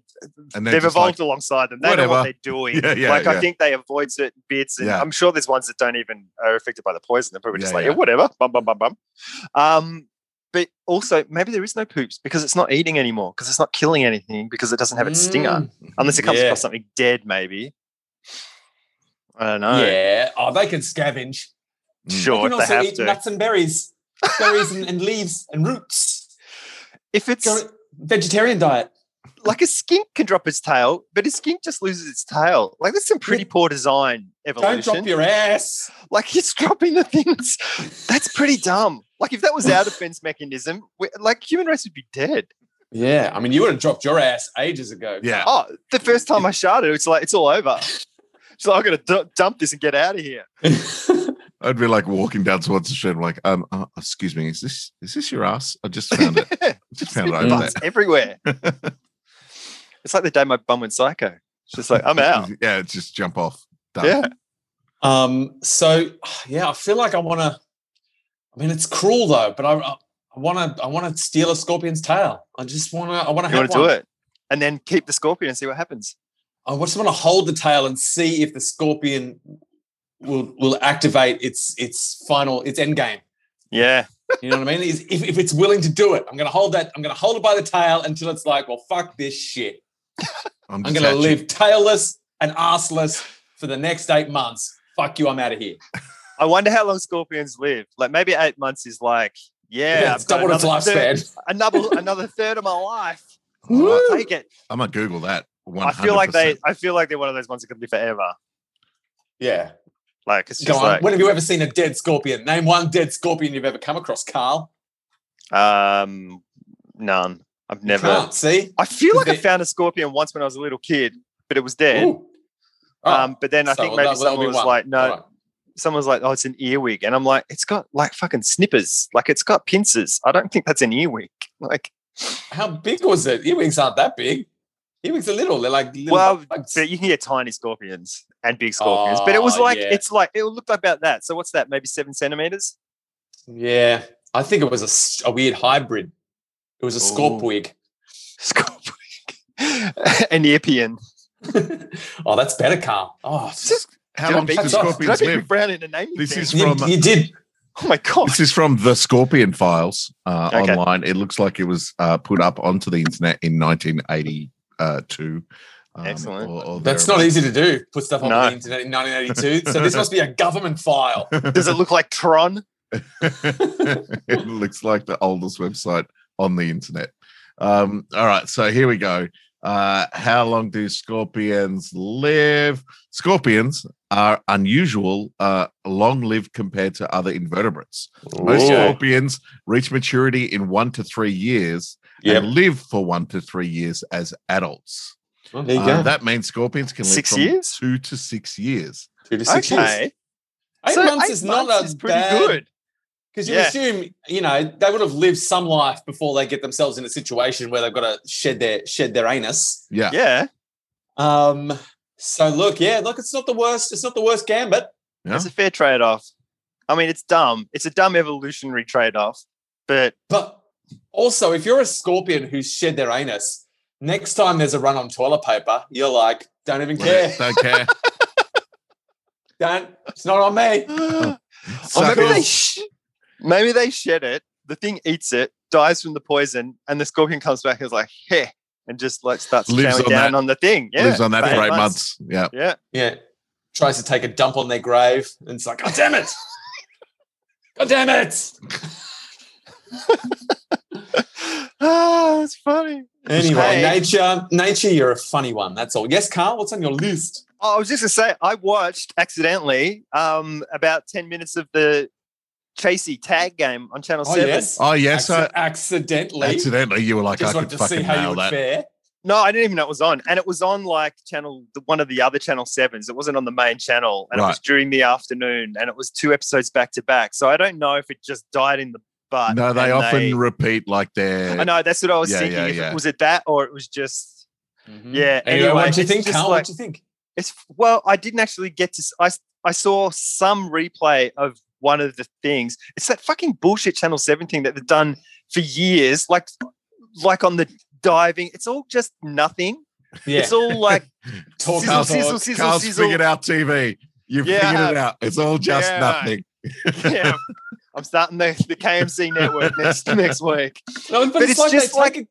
A: And they're
D: they've
A: just
D: evolved alongside them. They know
A: whatever.
D: what they're doing.
A: Yeah, yeah,
D: like
A: yeah.
D: I think they avoid certain bits, and
A: Yeah.
D: I'm sure there's ones that don't even are affected by the poison. They're probably just
A: Yeah,
D: like,
A: yeah.
D: yeah, whatever, bum bum bum bum. Um, but also maybe there is no poops because it's not eating anymore because it's not killing anything because it doesn't have its stinger
C: Mm,
D: unless it comes
C: Yeah.
D: across something dead maybe. I don't know.
C: yeah, oh, they can scavenge.
A: Mm.
D: Sure,
C: You can
D: if they
C: also
D: have
C: eat
D: to.
C: nuts and berries, berries and, and leaves and roots.
D: if it's
C: Go vegetarian diet.
D: like a skink can drop its tail, but a skink just loses its tail. Like that's some pretty poor design evolution.
C: Don't drop your ass.
D: Like he's dropping the things. That's pretty dumb. Like if that was our defense mechanism, we, like human race would be dead.
C: Yeah, I mean, you would have dropped your ass ages ago.
A: Yeah.
D: Oh, the first time I shouted, it's like it's all over. So I'm gonna d- dump this and get out of here.
A: I'd be like walking down towards the shed, like, um, uh, excuse me, is this is this your ass? I just found it. just found it over
D: Butts everywhere. it's like the day my bum went psycho. It's just like I'm
A: there.
D: out.
A: Yeah, just jump off. Done.
D: Yeah.
C: Um. So yeah, I feel like I want to. I mean, it's cruel though, but I I want to I want to steal a scorpion's tail. I just want to I want to
D: You
C: have
D: want to do
C: one.
D: it, and then keep the scorpion and see what happens.
C: I just want to hold the tail and see if the scorpion will will activate its its final its end game.
D: Yeah.
C: You know what I mean? Is if, if it's willing to do it, I'm gonna hold that. I'm gonna hold it by the tail until it's like, well, fuck this shit.
A: I'm,
C: I'm
A: just
C: going to
A: out
C: live tailless and arseless for the next eight months. Fuck you, I'm out of here.
D: I wonder how long scorpions live. Like maybe eight months is like yeah,
C: it's
D: I've got
C: double its
D: another third-
C: lifespan.
D: another another third of my life.
A: Woo!
D: I'll take it.
A: I'm gonna Google that. 100%.
D: I feel like they. I feel like they're one of those ones that could be forever.
C: Yeah.
D: Like it's
C: Go
D: just
C: on.
D: like
C: when have you ever seen a dead scorpion? Name one dead scorpion you've ever come across, Carl.
D: um, none. I've
C: You
D: never.
C: can't, see?
D: I feel like I
C: They-
D: found a scorpion once when I was a little kid, but it was dead.
C: Ooh. Oh,
D: Um, but then I
C: so
D: think
C: that-
D: maybe
C: that'll be
D: someone was
C: one.
D: like, no,
C: All right.
D: someone's like, oh, it's an earwig. And I'm like, it's got like fucking snippers. Like it's got pincers. I don't think that's an earwig. Like,
C: How big was it? Earwigs aren't that big. Earwigs are little. They're like little
D: Well,
C: bugs.
D: but you can get tiny scorpions and big scorpions. but it was
C: Oh,
D: like,
C: yeah.
D: it's like, it looked about that. So what's that? Maybe seven centimeters?
C: Yeah. I think it was a s- a, weird hybrid. It was a
A: Ooh.
C: scorpwig.
D: Scorpion. an earpion.
C: oh, that's better, Carl.
A: How
C: Oh,
D: Did I
A: long do
C: you?
D: beat
A: the
D: Did I
A: scorpions
D: pick
A: live?
D: Brown in a naming
A: This
D: thing?
A: is-
C: you,
A: from-
C: you did.
D: oh my god!
A: This is from the Scorpion Files uh,
D: Okay.
A: online. It looks like it was uh, put up onto the internet in 1982. um,
D: Excellent.
A: or- or
C: That's not
A: thereabouts.
C: easy to do. Put stuff on
D: No.
C: the internet in 1982. so this must be a government file.
D: Does it look like Tron?
A: it looks like the oldest website on the internet. Um, all right, so here we go. Uh, how long do scorpions live? Scorpions are unusual, uh, long lived compared to other invertebrates. Most scorpions reach maturity in one to three years
C: Yep.
A: and live for one to three years as adults.
C: Well, there you
A: Uh,
C: go.
A: that means scorpions can live
D: Six
A: from
D: years?
A: two to six years.
C: Two to six years.
D: okay,
C: Eight
D: So
C: months is not
D: months
C: a
D: is pretty
C: bad-
D: good.
C: Because you
D: Yeah.
C: assume, you know, they would have lived some life before they get themselves in a situation where they've got to shed their shed their anus.
A: Yeah.
D: Yeah,
C: Um, so look, yeah, look, it's not the worst. It's not the worst gambit.
D: that's a fair trade-off. I mean, it's dumb. It's a dumb evolutionary trade-off, but
C: But also, if you're a scorpion who's shed their anus, next time there's a run on toilet paper, you're like, don't even care.
A: Don't care.
C: don't. It's not on me.
A: Oh,
D: Or maybe
A: Suckers.
D: they sh- maybe they shed it. The thing eats it, dies from the poison, and the scorpion comes back and is like, "Heh," and just like starts
A: Lives
D: chowing
A: on
D: down
A: that-
D: on the thing. Yeah,
A: lives on that
D: for
A: for
D: eight
A: eight
D: months.
A: months. Yeah.
D: yeah.
C: Yeah. Tries to take a dump on their grave, and it's like, God damn it! God damn it!
D: ah, that's funny.
C: Anyway,
D: Hey.
C: nature, nature, you're a funny one. That's all. Yes, Carl, what's on your list?
D: Oh, I was just gonna say, I watched accidentally um, about ten minutes of the Chasey tag game on Channel
C: Oh,
D: Seven.
C: yes.
A: Oh yes,
C: Acci-
A: I,
C: accidentally.
A: accidentally you were like,
C: Just
A: I
C: wanted
A: could
C: to see
A: fucking
C: how you
A: nail
C: would
A: that.
C: fare.
D: No, I didn't even know it was on, and it was on like channel the- one of the other channel sevens. It wasn't on the main channel, and it was
A: Right.
D: during the afternoon, and it was two episodes back to back. So I don't know if it just died in the butt.
A: No, they
D: and
A: often repeat like their.
D: I know that's what I was
A: Yeah,
D: thinking.
A: yeah,
D: if
A: yeah. Mm.
D: It, was it that, or it was just
A: Mm-hmm.
C: Mhm.
D: yeah?
C: Anyway,
D: Anyway,
C: what do you
D: it's
C: think,
D: just
C: Carl?
D: like-
C: what do you think?
D: It's well, I didn't actually get to. s- I s- I saw some replay of one of the things. It's that fucking bullshit Channel Seven thing that they've done for years, like like on the diving. It's all just nothing.
C: Yeah.
D: It's all like
C: Talk,
D: sizzle,
C: talk.
D: sizzle,
A: Carl's,
D: sizzle,
A: Carl's
D: sizzle.
A: figured out TV. You've
D: Yeah, I
A: figured
D: have.
A: it out. It's all just
D: Yeah.
A: nothing.
D: yeah. I'm starting the, the KMC network next next week.
C: No, but,
D: But
C: it's,
D: it's
C: like
D: just
C: they
D: like-
C: take a,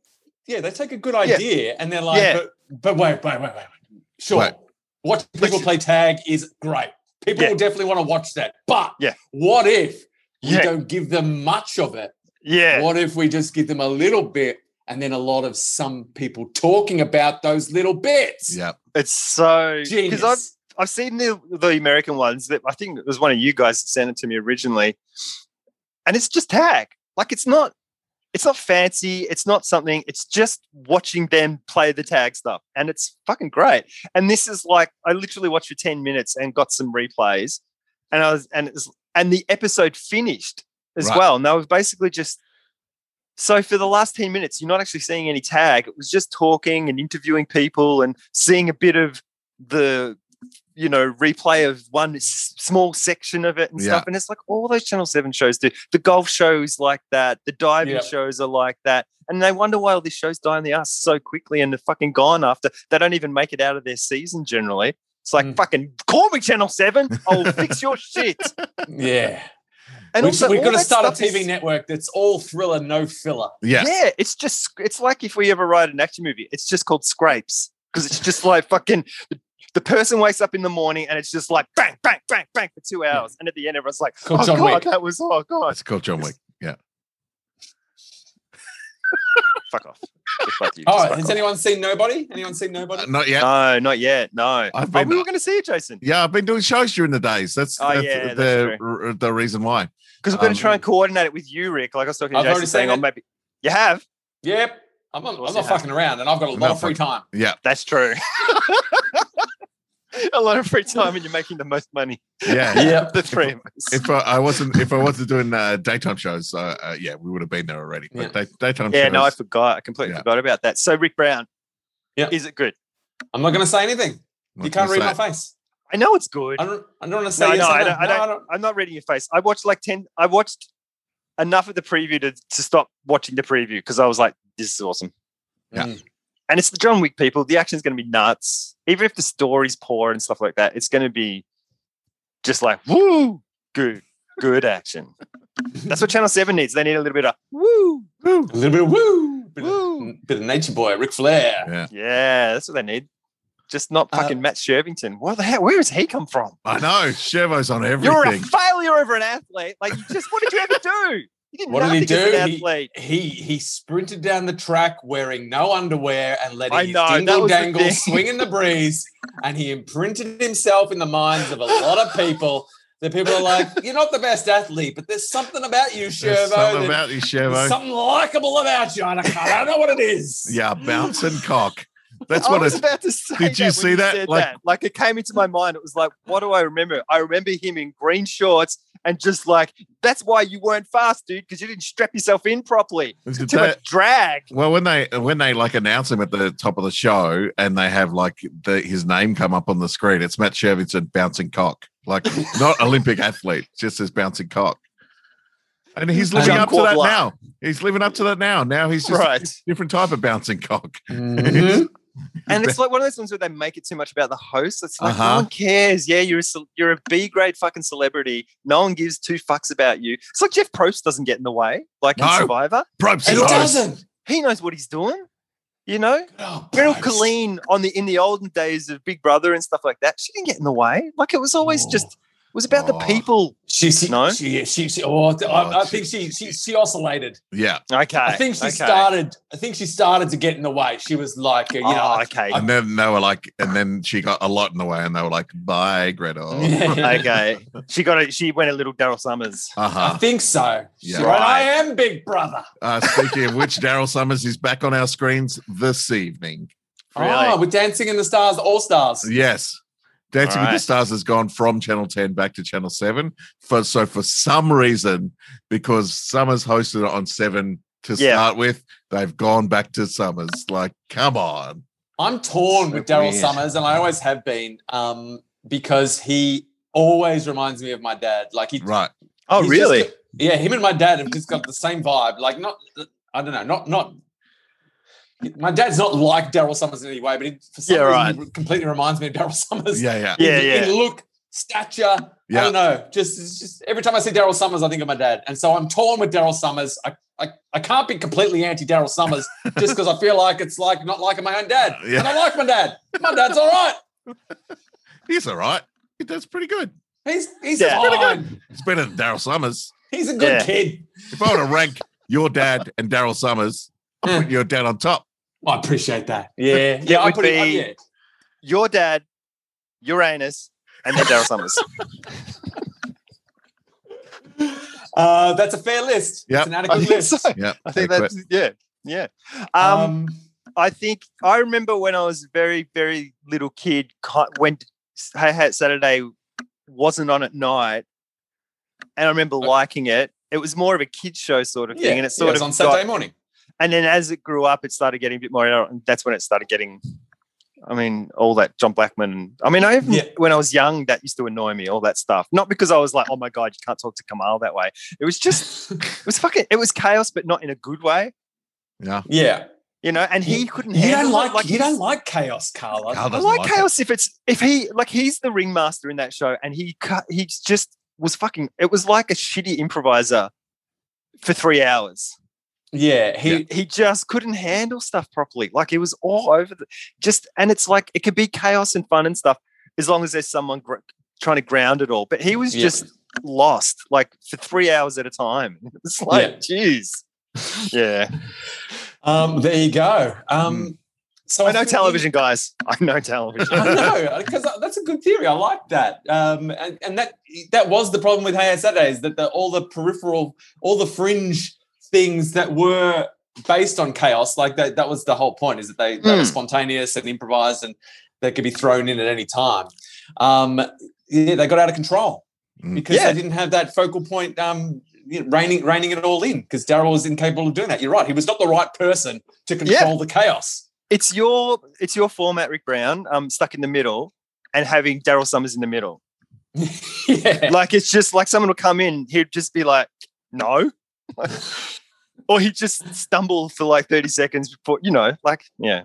C: yeah, they take a good idea and they're like,
D: Yeah.
C: but, but wait, wait, wait, wait, wait. Sure.
A: Wait.
C: Watching people play tag is great. People
D: Yeah.
C: will definitely want to watch that. But
D: Yeah.
C: what if we
D: Yeah.
C: don't give them much of it?
D: Yeah.
C: What if we just give them a little bit and then a lot of some people talking about those little bits?
A: Yeah.
D: It's so because
C: Genius.
D: I've I've seen the the American ones that I think it was one of you guys that sent it to me originally. And it's just tag. Like it's not it's not fancy, it's not something, it's just watching them play the tag stuff. And it's fucking great. And this is like I literally watched for 10 minutes and got some replays. And I was and it was, and the episode finished as
A: Right.
D: well. And that was basically just so for the last 10 minutes, you're not actually seeing any tag. It was just talking and interviewing people and seeing a bit of the you know replay of one s- small section of it and
A: Yeah.
D: stuff and it's like all those channel 7 shows do the golf shows like that the diving
C: Yeah.
D: shows are like that and they wonder why all these shows die in the ass so quickly and they're fucking gone after they don't even make it out of their season generally it's like
C: Mm.
D: fucking call me channel 7 i'll fix your shit
C: Yeah.
D: and
C: we've
D: also
C: we've
D: all
C: got to
D: that
C: start a
D: stuff is-
C: TV network that's all thriller, no filler.
A: Yeah.
D: yeah, it's just it's like if we ever write an action movie, it's just called Scrapes because it's just like fucking the, the person wakes up in the morning and it's just like bang, bang, bang, bang for two hours, and at the end everyone's like,
C: Called
D: "Oh
C: John
D: god,
C: Wick."
D: that was oh god,
A: It's called John Wick. Yeah.
D: fuck off." If I do, just
C: Oh,
D: fuck
C: has
D: off.
C: anyone seen Nobody? Anyone seen Nobody?
A: Uh, Not yet.
D: No, not yet. No.
A: I've
D: Oh,
A: been-
D: we were going to see it, Jason,
A: yeah, I've been doing shows during the days. That's,
D: Oh,
A: that's the
D: yeah, that's
A: r- the reason why.
D: because we're going
A: Um,
D: to try and coordinate it with you, Rick. Like I was talking to
C: I've
D: Jason,
C: already
D: saying,
C: seen
D: "Oh,
C: it.
D: maybe you have."
C: Yep. I'm not,
D: We'll
C: I'm
D: see
C: not
D: how-
C: fucking around, and I've got a
A: I'm
C: lot
A: not
C: of free time.
A: Yeah,
D: That's true. A lot of free time, and you're making the most money.
A: yeah.
C: Yep.
D: The three of us.
A: If I, I wasn't, if I wasn't doing uh, daytime shows, uh, uh, yeah, we would have been there already. But day, daytime
D: Yeah,
A: shows,
D: no, I forgot. I completely
A: Yeah.
D: forgot about that. So Rick Brown,
C: Yeah.
D: is it good?
C: I'm not going to say anything.
A: what
C: you
A: can I
C: can't read my
A: say?
C: face.
D: I know it's good.
C: I
D: I'm,
C: don't. I don't want to say.
D: No,
C: yes
D: no,
C: or
D: I
C: no.
D: don't- I
C: No, don't.
D: not reading your face. I watched like ten. I watched enough of the preview to, to stop watching the preview because I was like, "This is awesome."
A: Yeah.
C: Mm.
D: And it's the John Wick people. The action's going to be nuts. Even if the story's poor and stuff like that, it's going to be just like woo, good, good action. That's what Channel Seven needs. They need a little bit of woo, woo.
C: A little bit of woo, bit,
D: Woo.
C: Of, bit of nature boy, Ric Flair.
A: Yeah.
D: Yeah, that's what they need. Just not
C: Uh,
D: fucking Matt Shervington. What the hell? Where has he come from?
A: I know. Chevo's on
D: You're a
A: everything.
D: failure over an athlete. Like, you just what did you ever do? You did
C: What did
D: nothing
C: he
D: as an
C: do?
D: athlete.
C: He he sprinted down the track wearing no underwear and letting
D: I
C: his
D: know, that
C: dingle
D: was the
C: dangle
D: thing.
C: swing in the breeze, and he imprinted himself in the minds of a lot of people. The people are like, "You're not the best athlete, but there's something about you,
A: There's
C: Shervo.
A: something
C: that-
A: about you,
C: there's
A: Chevo.
C: something likable about you. And I, can't- I don't know what it is."
A: Yeah, bouncing cock. That's
D: I
A: what
D: was
A: it's.
D: about to say.
A: Did you
D: when
A: see that?
D: said
A: Like-
D: Like, it came into my mind. It was like, what do I remember? I remember him in green shorts and just like, that's why you weren't fast, dude, because you didn't strap yourself in properly.
A: it's
D: Too
A: that-
D: much drag.
A: Well, when they when they like announce him at the top of the show, and they have like the, his name come up on the screen, it's Matt Shervington bouncing cock, like not Olympic athlete, just as bouncing cock. And he's living
D: Jean
A: up to that
D: Courtois.
A: now. He's living up to that now. Now he's just
D: Right.
A: a different type of bouncing cock.
C: Mhm.
D: And it's like one of those ones where they make it too much about the host. It's like
A: Uh-huh.
D: no one cares. Yeah, you're a ce- you're a B grade fucking celebrity. No one gives two fucks about you. It's like Jeff Probst doesn't get in the way, like
A: No.
D: in Survivor.
A: Probes
C: It
A: his host.
C: doesn't.
D: He knows what he's doing. You know,
C: Oh,
D: Beryl
C: blokes.
D: Colleen on the in the olden days of Big Brother and stuff like that. She didn't get in the way. Like it was always
A: Oh.
D: just it was about
A: Oh.
D: the people.
C: She, she,
D: No?
C: she, she, she oh, I,
A: Oh,
C: I think she, she, she oscillated.
A: Yeah,
D: Okay,
C: I think she
D: okay.
C: started. I think she started to get in the way. She was like, you know,
D: Oh, okay.
A: and then they were like, and then she got a lot in the way, and they were like, "Bye, Gretel."
D: okay, she got a, she went a little Daryl Summers.
A: Uh-huh.
C: I think so.
A: Yeah.
C: Right. I am Big Brother.
A: Uh, speaking of which, Daryl Summers is back on our screens this evening.
D: Really?
C: Oh, we're Dancing in the Stars, All Stars.
A: Yes. Dancing with the
D: Alright.
A: Stars has gone from Channel 10 back to Channel 7. For so for some reason, because Summers hosted it on 7 to
D: Yeah.
A: start with, they've gone back to Summers. Like, come on.
C: I'm torn
A: So
C: with Daryl
A: weird.
C: Summers, and I always have been, um, because he always reminds me of my dad. Like he
A: Right.
D: Oh,
C: He's just got- yeah, him and my dad have just got the same vibe. Like, not, I don't know, not, not. My dad's not like Daryl Summers in any way, but he, for some
D: Yeah,
C: reason,
D: right.
C: he completely reminds me of Daryl Summers.
A: Yeah, yeah.
D: Yeah,
C: in,
D: yeah.
C: in look, stature. I
A: Yeah.
C: don't know. Just, it's just every time I see Daryl Summers, I think of my dad, and so I'm torn with Daryl Summers. I, I, I can't be completely anti Daryl Summers just because I feel like it's like not liking my own dad.
A: Yeah.
C: And I like my dad. My dad's all right.
A: He's all right. That's pretty good.
C: He's he's
D: Yeah.
A: Pretty
C: fine.
A: It's better than Daryl Summers.
C: He's a good
D: Yeah.
C: kid.
A: If I were to rank your dad and Daryl Summers, I'll
D: Hmm.
A: put your dad on top.
C: I appreciate that. Yeah, yeah. I
D: would
C: put it.
D: be-
C: yeah.
D: Your dad, Uranus, and then Daryl Summers.
C: Uh, that's a fair list.
A: Yep. Um,
C: It's an
D: I
C: adequate
D: think
C: list.
D: so.
A: Yeah.
D: I think
A: adequate.
D: that's yeah, yeah.
C: Um,
D: um, I think I remember when I was very, very little kid ki- when Hey Hat Saturday wasn't on at night, and I remember liking it. It was more of a kids show sort of
C: yeah,
D: thing, and it sort
C: was
D: of
C: on
D: got-
C: Saturday morning.
D: and then as it grew up, it started getting a bit more. And that's when it started getting. I mean, all that John Blackman. and- I mean, I even
C: Yeah.
D: when I was young, that used to annoy me. All that stuff, not because I was like, "Oh my god, you can't talk to Kamal that way." It was just, it was fucking, it was chaos, but not in a good way,
A: Yeah.
C: Yeah,
D: you know. And he
C: You-
D: couldn't.
C: you
D: handle
C: don't
D: it,
C: like, you
D: he's-
C: don't like chaos, Carla.
A: Carl
D: I
A: doesn't
D: like,
A: it.
D: chaos if it's if he like he's the ringmaster in that show and he cut he's just was fucking it was like a shitty improviser for three hours.
C: yeah, he.
D: He he just couldn't handle stuff properly. Like it was all over the just and it's like it could be chaos and fun and stuff as long as there's someone gr- trying to ground it all. But he was
C: Yeah.
D: just lost like for three hours at a time. It's like, jeez. Yeah.
C: Um, there you go. Um, so
D: I know
C: think-
D: television, guys. I know television.
C: I know because that's a good theory. I like that, um, and, and that that was the problem with Hey Hey Saturdays that the, all the peripheral, all the fringe things that were based on chaos, like that that was the whole point, is that they, they were
D: Mm.
C: spontaneous and improvised, and they could be thrown in at any time. Um, yeah, they got out of control
A: Mm.
C: because
D: Yeah.
C: they didn't have that focal point. Um, you know, reining reining it all in because Daryl was incapable of doing that. You're right; he was not the right person to control the chaos.
D: it's your it's your format, Rick Brown, um, stuck in the middle and having Daryl Summers in the middle.
C: yeah.
D: Like it's just like someone will come in, he'd just be like, no. or he'd just stumble for like 30 seconds before, you know, like, yeah.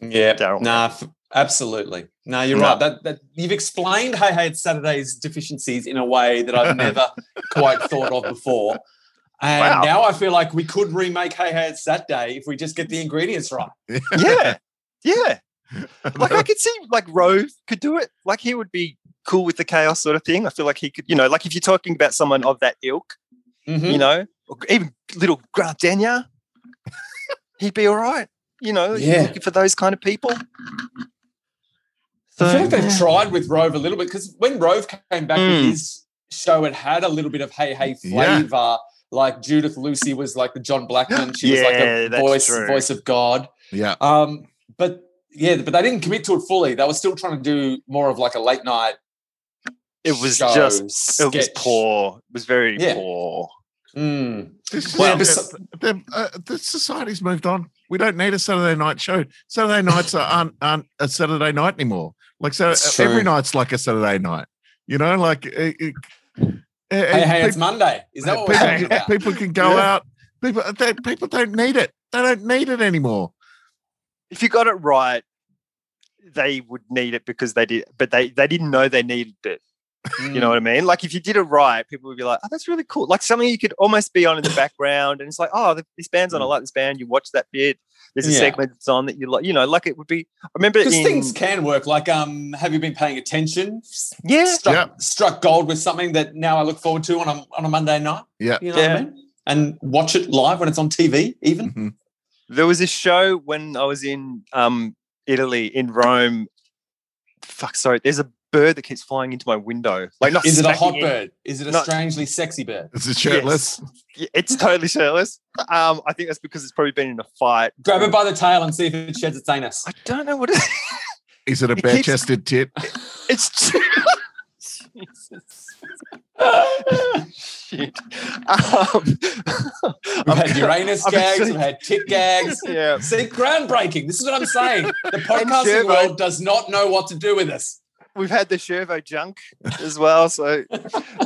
C: Yeah,
D: Daryl.
C: Nah, f- absolutely. No, you're
D: No.
C: right. That, that you've explained Hey Hey It's Saturday's deficiencies in a way that I've never quite thought of before. And
D: Wow.
C: now I feel like we could remake Hey Hey It's Saturday if we just get the ingredients right.
D: Yeah. Yeah. Like I could see like Rove could do it. Like he would be cool with the chaos sort of thing. I feel like he could, you know, like if you're talking about someone of that ilk,
C: Mhm.
D: you know, or even little Grant Denya, he'd be all right. You know, if you're
C: Yeah.
D: looking for those kind of people.
C: I feel like
D: So-
C: they've tried with Rove a little bit because when Rove came back with
D: Mm.
C: his show, it had a little bit of hey hey
A: Yeah.
C: flavor. Like Judith Lucy was like the John Blackman. She was like
D: Yeah,
C: the
D: that's
C: voice
D: true.
C: voice of God.
A: Yeah.
C: Um, but yeah, but they didn't commit to it fully. They were still trying to do more of like a late night.
D: It was
C: show,
D: just it was
C: sketch.
D: poor. It was very
C: Yeah.
D: poor.
C: Mm.
A: This, is-
C: Well,
A: uh,
C: bes-
A: the, uh, the society's moved on. We don't need a Saturday night show. Saturday nights are, aren't, aren't a Saturday night anymore. Like so, uh,
C: It's true.
A: every night's like a Saturday night. You know, like it, it- it-
C: hey, hey,
A: people-
C: it's Monday. Is that what we're
A: people,
C: talking about?
A: people can go
C: Yeah.
A: out. People they, people don't need it. They don't need it anymore.
D: If you got it right, they would need it because they did but they they didn't know they needed it. You know what I mean? Like if you did it right, people would be like, "Oh, that's really cool." Like something you could almost be on in the background, and it's like, "Oh, th- this band's on. I like this band." You watch that bit. There's a
C: Hmm. Yeah.
D: segment that's on that you like. You know, like it would be. I remember
C: Because
D: in-
C: Hmm. things can work. Like, um, have you been paying attention?
D: Yeah,
C: Struck,
A: Yeah.
C: struck gold with something that now I look forward to on a, on a Monday night.
A: Yeah.
C: You know what I
D: Yeah.
C: mean? And watch it live when it's on TV, even.
D: Mm-hmm.
A: Mhm.
D: there was a show when I was in um Italy in Rome. Fuck, sorry. There's a bird that keeps flying into my window. Like, not
C: Is it a
D: smacking
C: hot
D: in-
C: bird? Is it a
D: Not-
C: strangely sexy bird?
A: Is it shirtless?
D: Yeah, It's totally shirtless. Um, I think that's because it's probably been in a fight.
C: Grab it by the tail and see if it sheds its anus.
D: I don't know what it is.
A: Is it a
D: It keeps-
A: bare chested tit?
D: It's Jesus. Shit. Um,
C: We've had Uranus
D: I'm
C: gags,
D: actually-
C: we've had tit gags.
D: yeah.
C: See, groundbreaking. This is what I'm saying. The
D: sure,
C: podcasting
D: mate.
C: world does not know what to do with us.
D: We've had the Shervo junk as well. So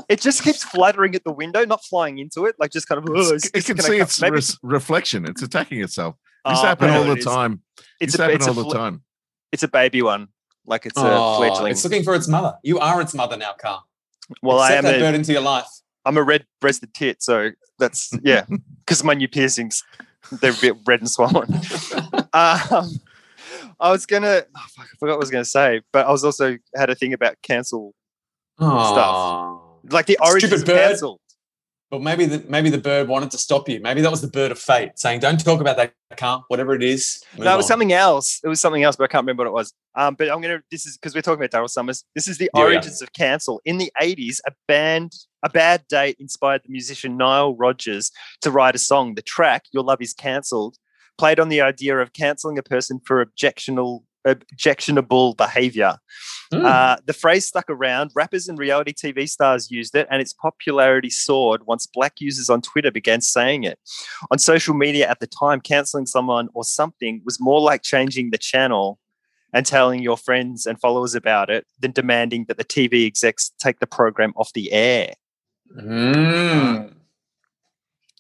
D: it just keeps fluttering at the window, not flying into it, like just kind of. "Oh, is
A: It
D: this
A: can
D: gonna
A: see
D: come?"
A: its
D: Maybe-
A: res- reflection. It's attacking itself. This
D: Oh,
A: happens
D: I know
A: all the
D: what it is.
A: time. It's
D: It's
A: this
D: a,
A: happens
D: it's, a
A: all the
D: fl-
A: time.
D: it's a baby one. Like it's
C: Oh,
D: a fledgling.
C: It's looking for its mother. You are its mother now, Carl.
D: well, I
C: Accept
D: am
C: that
D: a,
C: bird into your life.
D: I'm a red breasted tit, so that's yeah. Because my new piercings, they're a bit red and swollen. um, I was gonna, oh, fuck, I forgot what I was gonna say, but I was also had a thing about cancel,
C: Aw.
D: like the origins
C: Stupid
D: of
C: bird.
D: cancel.
C: But maybe the maybe the bird wanted to stop you. Maybe that was the bird of fate saying, "Don't talk about that, Carl. Whatever it is." move
D: No, it was
C: on."
D: something else. It was something else, but I can't remember what it was. Um, but I'm gonna. This is because we're talking about Daryl Summers. This is the
C: Yeah, yeah.
D: origins of cancel. In the '80s, a band, a bad date, inspired the musician Nile Rodgers to write a song. The track "Your Love Is Cancelled" played on the idea of canceling a person for objectional, objectionable behavior.
C: Mm.
D: Uh, the phrase stuck around. Rappers and reality TV stars used it, and its popularity soared once black users on Twitter began saying it. On social media at the time, canceling someone or something was more like changing the channel and telling your friends and followers about it than demanding that the TV execs take the program off the air.
C: Hmm. Mm.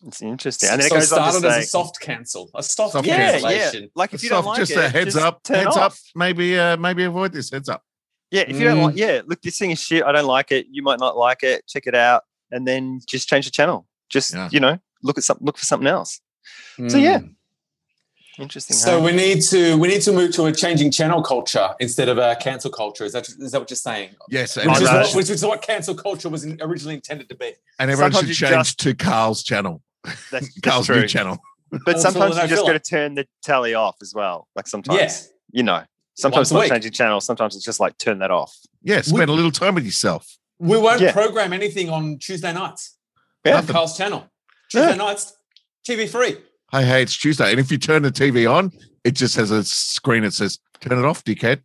D: It's interesting. And then
C: so
D: it
C: it
D: goes on to
C: started as a
D: say,
C: soft cancel, a soft,
A: Soft
D: yeah,
A: cancel.
D: yeah.
C: cancellation.
D: Like if you don't
A: Stuff-
D: like
A: just
D: it,
A: a heads
D: just
A: up.
D: turn
A: Heads
D: off.
A: up. Maybe uh, maybe avoid this. Heads up.
D: Yeah, if you don't
C: Mm.
D: like, yeah, look, this thing is shit. I don't like it. You might not like it. Check it out, and then just change the channel. Just
A: Yeah.
D: you know, look at some, look for something else. So, yeah.
C: Mm.
D: Interesting.
C: So
D: hey?
C: we need to we need to move to a changing channel culture instead of a cancel culture. Is that is that what you're saying?
A: Yes, and,
C: Which is,
D: no.
A: everyone
C: what,
A: should-
C: which is what cancel culture was in- originally intended to be.
A: and everyone should
D: Sometimes you
A: change
D: just-
A: to Carl's channel.
D: that's, that's
A: Carl's
D: true.
A: new channel.
D: But
C: All
D: sometimes
C: filler,
D: you
C: no
D: just
C: filler.
D: got to turn the tally off as well. Like sometimes,
C: Yes.
D: you know, sometimes
C: a
D: it's not
C: week.
D: changing channel. Sometimes it's just like turn that off.
A: Yeah, spend a little time with yourself.
C: We won't
D: Yeah.
C: program anything on Tuesday nights.
D: Yeah.
C: On Carl's channel. Tuesday
D: Yeah.
C: nights, TV free.
A: Hey, hey, it's Tuesday. And if you turn the TV on, it just has a screen that says, turn it off, dickhead.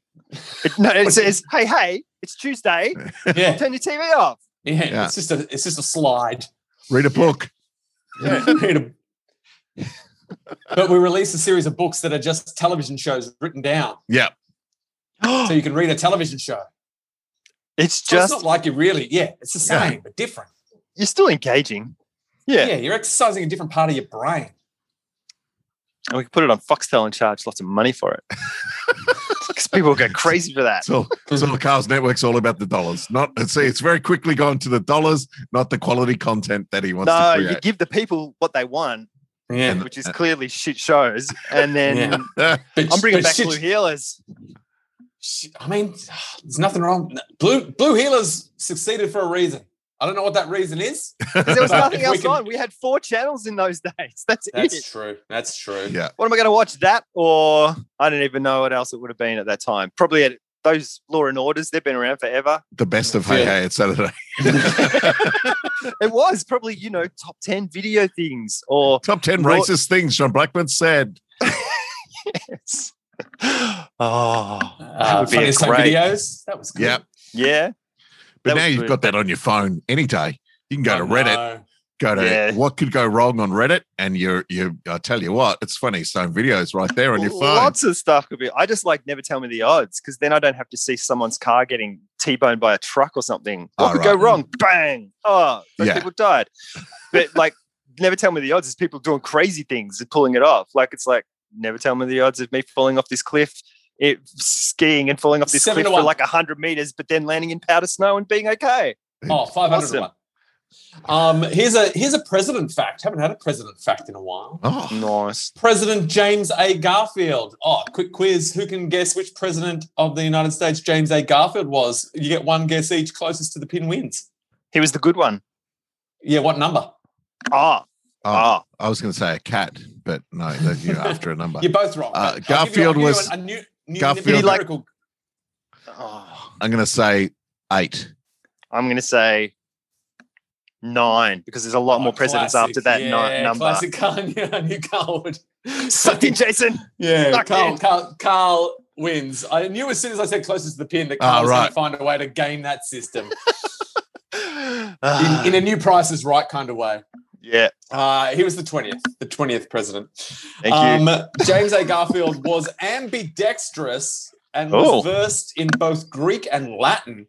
D: It, no, it says, "Hey, hey, it's Tuesday.
C: Yeah.
D: Turn your TV off."
C: yeah.
A: Yeah.
C: It's just a it's just a slide.
A: Read a book.
C: Read 'em. but we release a series of books that are just television shows written down.
A: Yeah.
C: So you can read a television show.
D: It's
C: So
D: just
C: it's not like you really, yeah, it's the
A: Yeah.
C: same, but different.
D: you're still engaging.
C: Yeah.
D: Yeah.
C: you're exercising a different part of your brain.
D: and we can put it on Foxtel and charge lots of money for it because people go crazy for that.
A: It's all, it's all Cars Network's all about the dollars. Not see, it's very quickly gone to the dollars, not the quality content that he wants
D: No,
A: to
D: you
A: create.
D: give the people what they want,
C: Yeah.
D: which
A: uh,
D: is clearly shit shows, and then
C: Yeah. But,
D: I'm bringing
C: but
D: back
C: shit-
D: Blue Healers.
C: shit- I mean, there's nothing wrong. Blue Blue Healers succeeded for a reason. I don't know what that reason is.
D: 'Cause There was
C: But
D: nothing
C: if we
D: else
C: can-
D: on. We had four channels in those days. That's, it.
C: true. That's true.
A: Yeah.
D: What am I going to watch? That or I don't even know what else it would have been at that time. Probably at those Law and Orders. They've been around forever.
A: the best of Hey
C: Yeah.
A: Hey, it's Saturday.
D: It was probably you know top ten video things or
A: Top 10
D: Right.
A: racist things John Blackman said.
D: oh
C: Uh,
D: would be
C: funniest home
D: great.
C: videos. That was good.
A: Yeah.
D: yeah.
A: But
D: That
A: now
D: was
A: you've
D: good.
A: got that on your phone any day. You can go to
C: I
A: Reddit,
C: know.
A: go to
D: Yeah.
A: what could go wrong on Reddit, and you're you I tell you what, it's funny. Some videos right there on your phone.
D: Lots of stuff could be. I just like never tell me the odds because then I don't have to see someone's car getting T-boned by a truck or something. What
A: Oh,
D: could go
A: right.
D: wrong? Bang! Oh, those
A: Yeah.
D: people died. But like, never tell me the odds is people doing crazy things and pulling it off. Like it's like never tell me the odds of me falling off this cliff, it, skiing and falling off this
C: Seven
D: cliff
C: to
D: for
C: one.
D: like hundred meters, but then landing in powder snow and being okay.
C: Oh, 500
D: Awesome.
C: one. Um, here's a here's a president fact. Haven't had a president fact in a while.
A: Oh,
D: Nice.
C: President James A. Garfield. Oh, quick quiz. Who can guess which president of the United States James A. Garfield was? You get one guess each. Closest to the pin wins.
D: He was the good one.
C: Yeah, what number?
A: Oh.
D: Ah, ah.
A: I was gonna say a cat, but no, that you after a number.
C: You're both wrong.
A: Uh,
C: I'll give you- I'll give
A: Garfield
C: you
A: was-
C: a new, new
A: Garfield-
C: Garfield.
D: Like-
C: Miracle. Ah.
D: Oh.
A: I'm gonna say eight.
D: I'm going to say nine because there's a lot more presidents after that ni- number.
C: Oh, Classic Carl. Yeah, I knew Carl would.
D: Sucked in, Jason.
C: Yeah,
D: Sucked
C: Carl,
D: in.
C: Carl, Carl wins. I knew as soon as I said closest to the pin that Carl
A: Ah,
C: was
A: right.
C: going to find a way to game that system
D: Ah,
C: in, in a new Price is Right kind of way.
D: yeah,
C: Uh, he was the 20th, the 20th president.
D: thank you.
C: Um, James A. Garfield was ambidextrous and
D: Oh.
C: was versed in both Greek and Latin.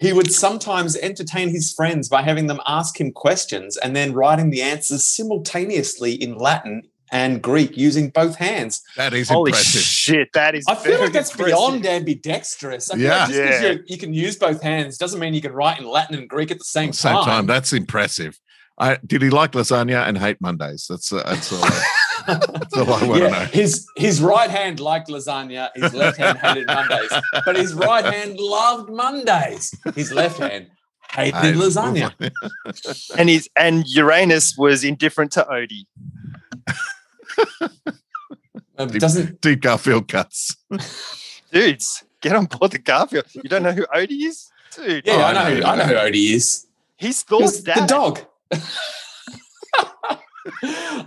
C: He would sometimes entertain his friends by having them ask him questions and then writing the answers simultaneously in Latin and Greek using both hands.
A: That is
D: Holy
A: impressive.
D: shit, that is.
C: I feel
D: very
C: like that's
D: impressive.
C: beyond ambidextrous. I feel
A: Yeah.
C: like just 'cause
D: Yeah.
C: you- you can use both hands doesn't mean you can write in Latin and Greek at the same,
A: Same
C: time.
A: time, that's impressive. I, did he like lasagna and hate Mondays? That's uh, that's all. I, that's all I want
C: yeah,
A: to know.
C: his his right hand liked lasagna. His left hand hated Mondays, but his right hand loved Mondays. His left hand hated
A: I-
C: lasagna.
D: And he's and Uranus was indifferent to Odie.
C: Um, doesn't
A: Deep Garfield cuts.
D: Dudes, get on board the Garfield. You don't know who Odie is, dude.
C: yeah,
A: Oh,
C: I know who, I know who Odie is.
D: He's
C: He
D: Thor's
C: was the
D: dad.
C: dog.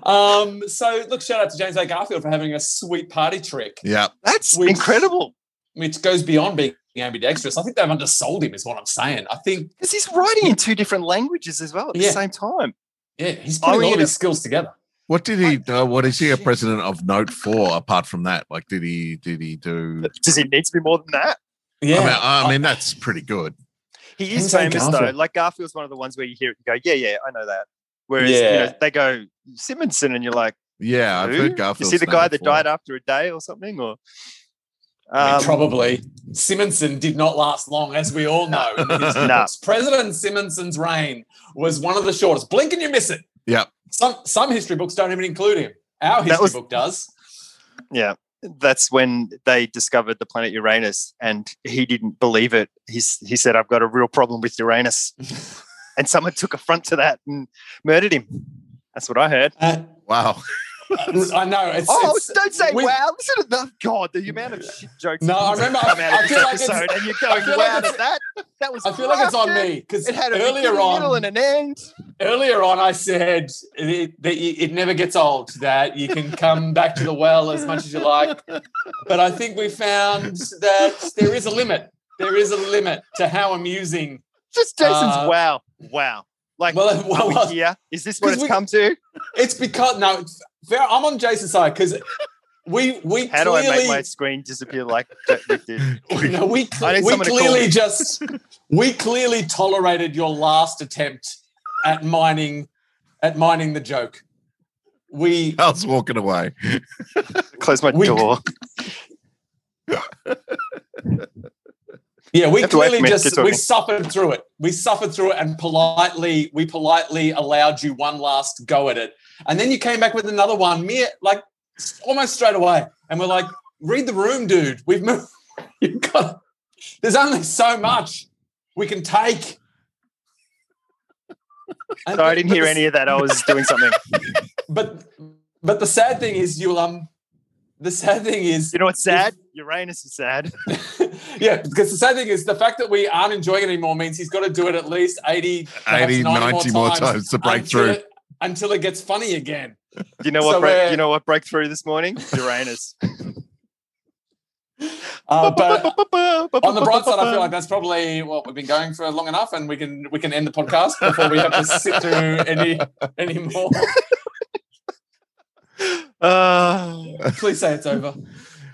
C: um. So look, shout out to James A. Garfield for having a sweet party trick,
A: Yeah,
D: That's
C: Which-
D: incredible
C: which goes beyond being ambidextrous. I think they've undersold him, is what I'm saying. I think
D: because he's writing in two different languages as well at
C: Yeah.
D: the same time.
C: yeah, he's
D: I
C: putting all
D: mean,
C: of his skills together.
A: What did he? Uh, what is he a
D: Shit.
A: president of note for? Apart from that, like, did he? Did he do?
D: Does it need to be more than that?
C: Yeah, Oh.
A: I, mean, I mean, that's pretty good.
D: He
C: Things
D: is
C: like
D: famous
C: Garfield.
D: though. Like Garfield's one of the ones where you hear it and go, yeah, yeah, I know that. Whereas you
C: Yeah.
D: know, they go Simonson, and you're like,
A: Yeah, I've
D: Who?
A: heard Garfield.
D: you see the guy that died after a day or something, or
C: I mean,
D: um,
C: probably. Simonson did not last long, as we all know. in his
D: No.
C: books. President Simonson's reign was one of the shortest. Blink and you miss it.
A: Yep.
C: Some some history books don't even include him. Our history
D: was-
C: book does.
D: yeah, that's when they discovered the planet Uranus, and he didn't believe it. He s- he said, "I've got a real problem with Uranus," and someone took affront to that and murdered him. That's what I heard.
C: Uh,
A: Wow.
C: I know it's.
D: Oh,
C: it's-
D: don't say
C: we-
D: wow. Listen to the God, the amount of shit jokes.
C: No,
D: that
C: I
D: have
C: remember-
D: Come out
C: I
D: of this
C: feel like it's-
D: episode, and you're
C: I
D: going
C: feel like
D: wow
C: it's-
D: to that. That was.
C: I feel like it's on
D: crafted.
C: me because
D: It had a
C: earlier
D: beginning, middle,
C: on,
D: and an end.
C: earlier on, I said it, that you- it never gets old. That you can come back to the well as much as you like, but I think we found that there is a limit. There is a limit to how amusing.
D: Just Jason's
C: Uh,
D: wow, wow. Like,
C: Well,
D: are
C: well,
D: we
C: well,
D: here? Is this what
C: 'cause
D: it's
C: we-
D: come to?
C: it's because no, it's fair. I'm on Jason's side because we we
D: How do I
C: clearly
D: make my screen disappear like that Nick did?
C: no, we
D: I need
C: we
D: someone to call
C: clearly
D: me.
C: just we clearly tolerated your last attempt at mining at mining the joke. We
A: I was walking away.
D: Close my
C: We-
D: door.
C: yeah, we
D: Have to wait for
C: clearly
D: me to
C: just
D: keep
C: we
D: talking.
C: suffered through it. We suffered through it and politely we politely allowed you one last go at it. And then you came back with another one mere like s- almost straight away and we're like read the room dude. We've moved you've got there's only so much we can take. And-
D: So I didn't
C: but
D: hear
C: the-
D: any of that. I was doing something.
C: but but the sad thing is you'll um the sad thing is
D: You know what's sad? Uranus is sad.
C: yeah because the sad thing is the fact that we aren't enjoying it anymore means he's got to do it at least 80 perhaps
A: 80, 90 more times to break
C: until
A: through.
C: it, until it gets funny again
D: You know
C: So
D: what? break,
C: we're-
D: you know what broke through this morning? Uranus.
C: uh, but on
D: on
C: the bright side i feel like that's probably what we've been going for long enough and we can we can end the podcast before we have to sit through any any more please say it's over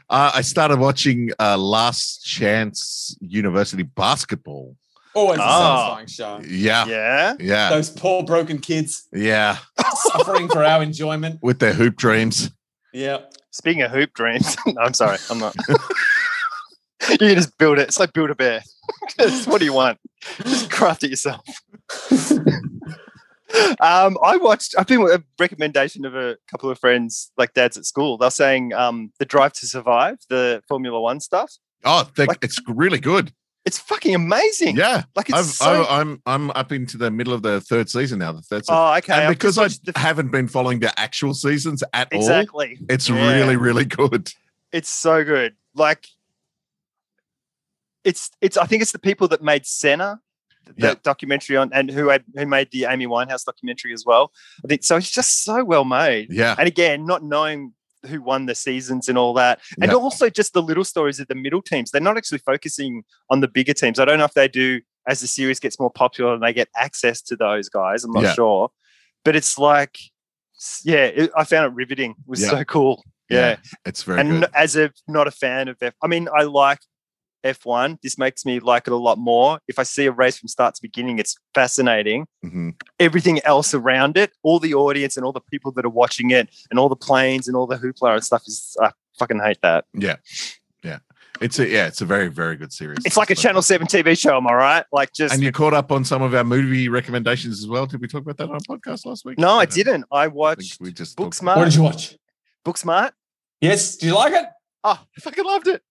A: Uh, I started watching uh, Last Chance University Basketball.
C: always a
D: Ah.
C: satisfying show
A: Yeah, yeah,
D: yeah.
A: yeah,
C: those poor broken kids suffering for our enjoyment
A: With their hoop dreams.
C: yeah
D: Speaking of hoop dreams, no, I'm sorry, I'm not. you can just build it. It's like build a bear. Just what do you want? Just craft it yourself. um, I watched. I've been with a recommendation of a couple of friends, like dads at school. They're saying um, the Drive to Survive, the Formula One stuff.
A: Oh, they-
D: Like-
A: it's really good.
D: It's fucking amazing.
A: Yeah,
D: Like it's
A: I've,
D: so.
A: i I'm I'm up into the middle of the third season now. The third season.
D: oh, okay.
A: and
D: I've
A: because I Oh.
D: just watched the-
A: haven't been following the actual seasons at all,
D: exactly.
A: it's
D: Yeah.
A: really, really good.
D: It's so good. Like it's it's I think it's the people that made Senna, the
A: Yeah.
D: documentary on and who had, who made the Amy Winehouse documentary as well. I think so it's just so well made.
A: Yeah,
D: And again, not knowing who won the seasons and all that. And
A: Yeah.
D: also just the little stories of the middle teams. They're not actually focusing on the bigger teams. I don't know if they do as the series gets more popular and they get access to those guys. I'm not
A: Yeah.
D: sure. But it's like s- yeah, it, I found it riveting. It was
A: Yeah.
D: so cool.
A: Yeah.
D: yeah
A: it's very
D: and
A: good.
D: as a not a fan of F, I mean, I like F1. This makes me like it a lot more. If I see a race from start to beginning, it's fascinating.
A: Mhm.
D: Everything else around it, all the audience and all the people that are watching it, and all the planes and all the hoopla and stuff is I fucking hate that.
A: It's a yeah, it's a very, very good series.
D: It's like a Channel Seven TV show. Am I right? Like just
A: And you caught up on some of our movie recommendations as well. Did we talk about that on our podcast last week?
D: no, I
A: don't
D: didn't. I
A: think
D: watched
A: We just
D: Booksmart.
A: talked about-
C: what did you watch
D: Booksmart.
C: yes do you like it
D: Oh, I fucking loved it.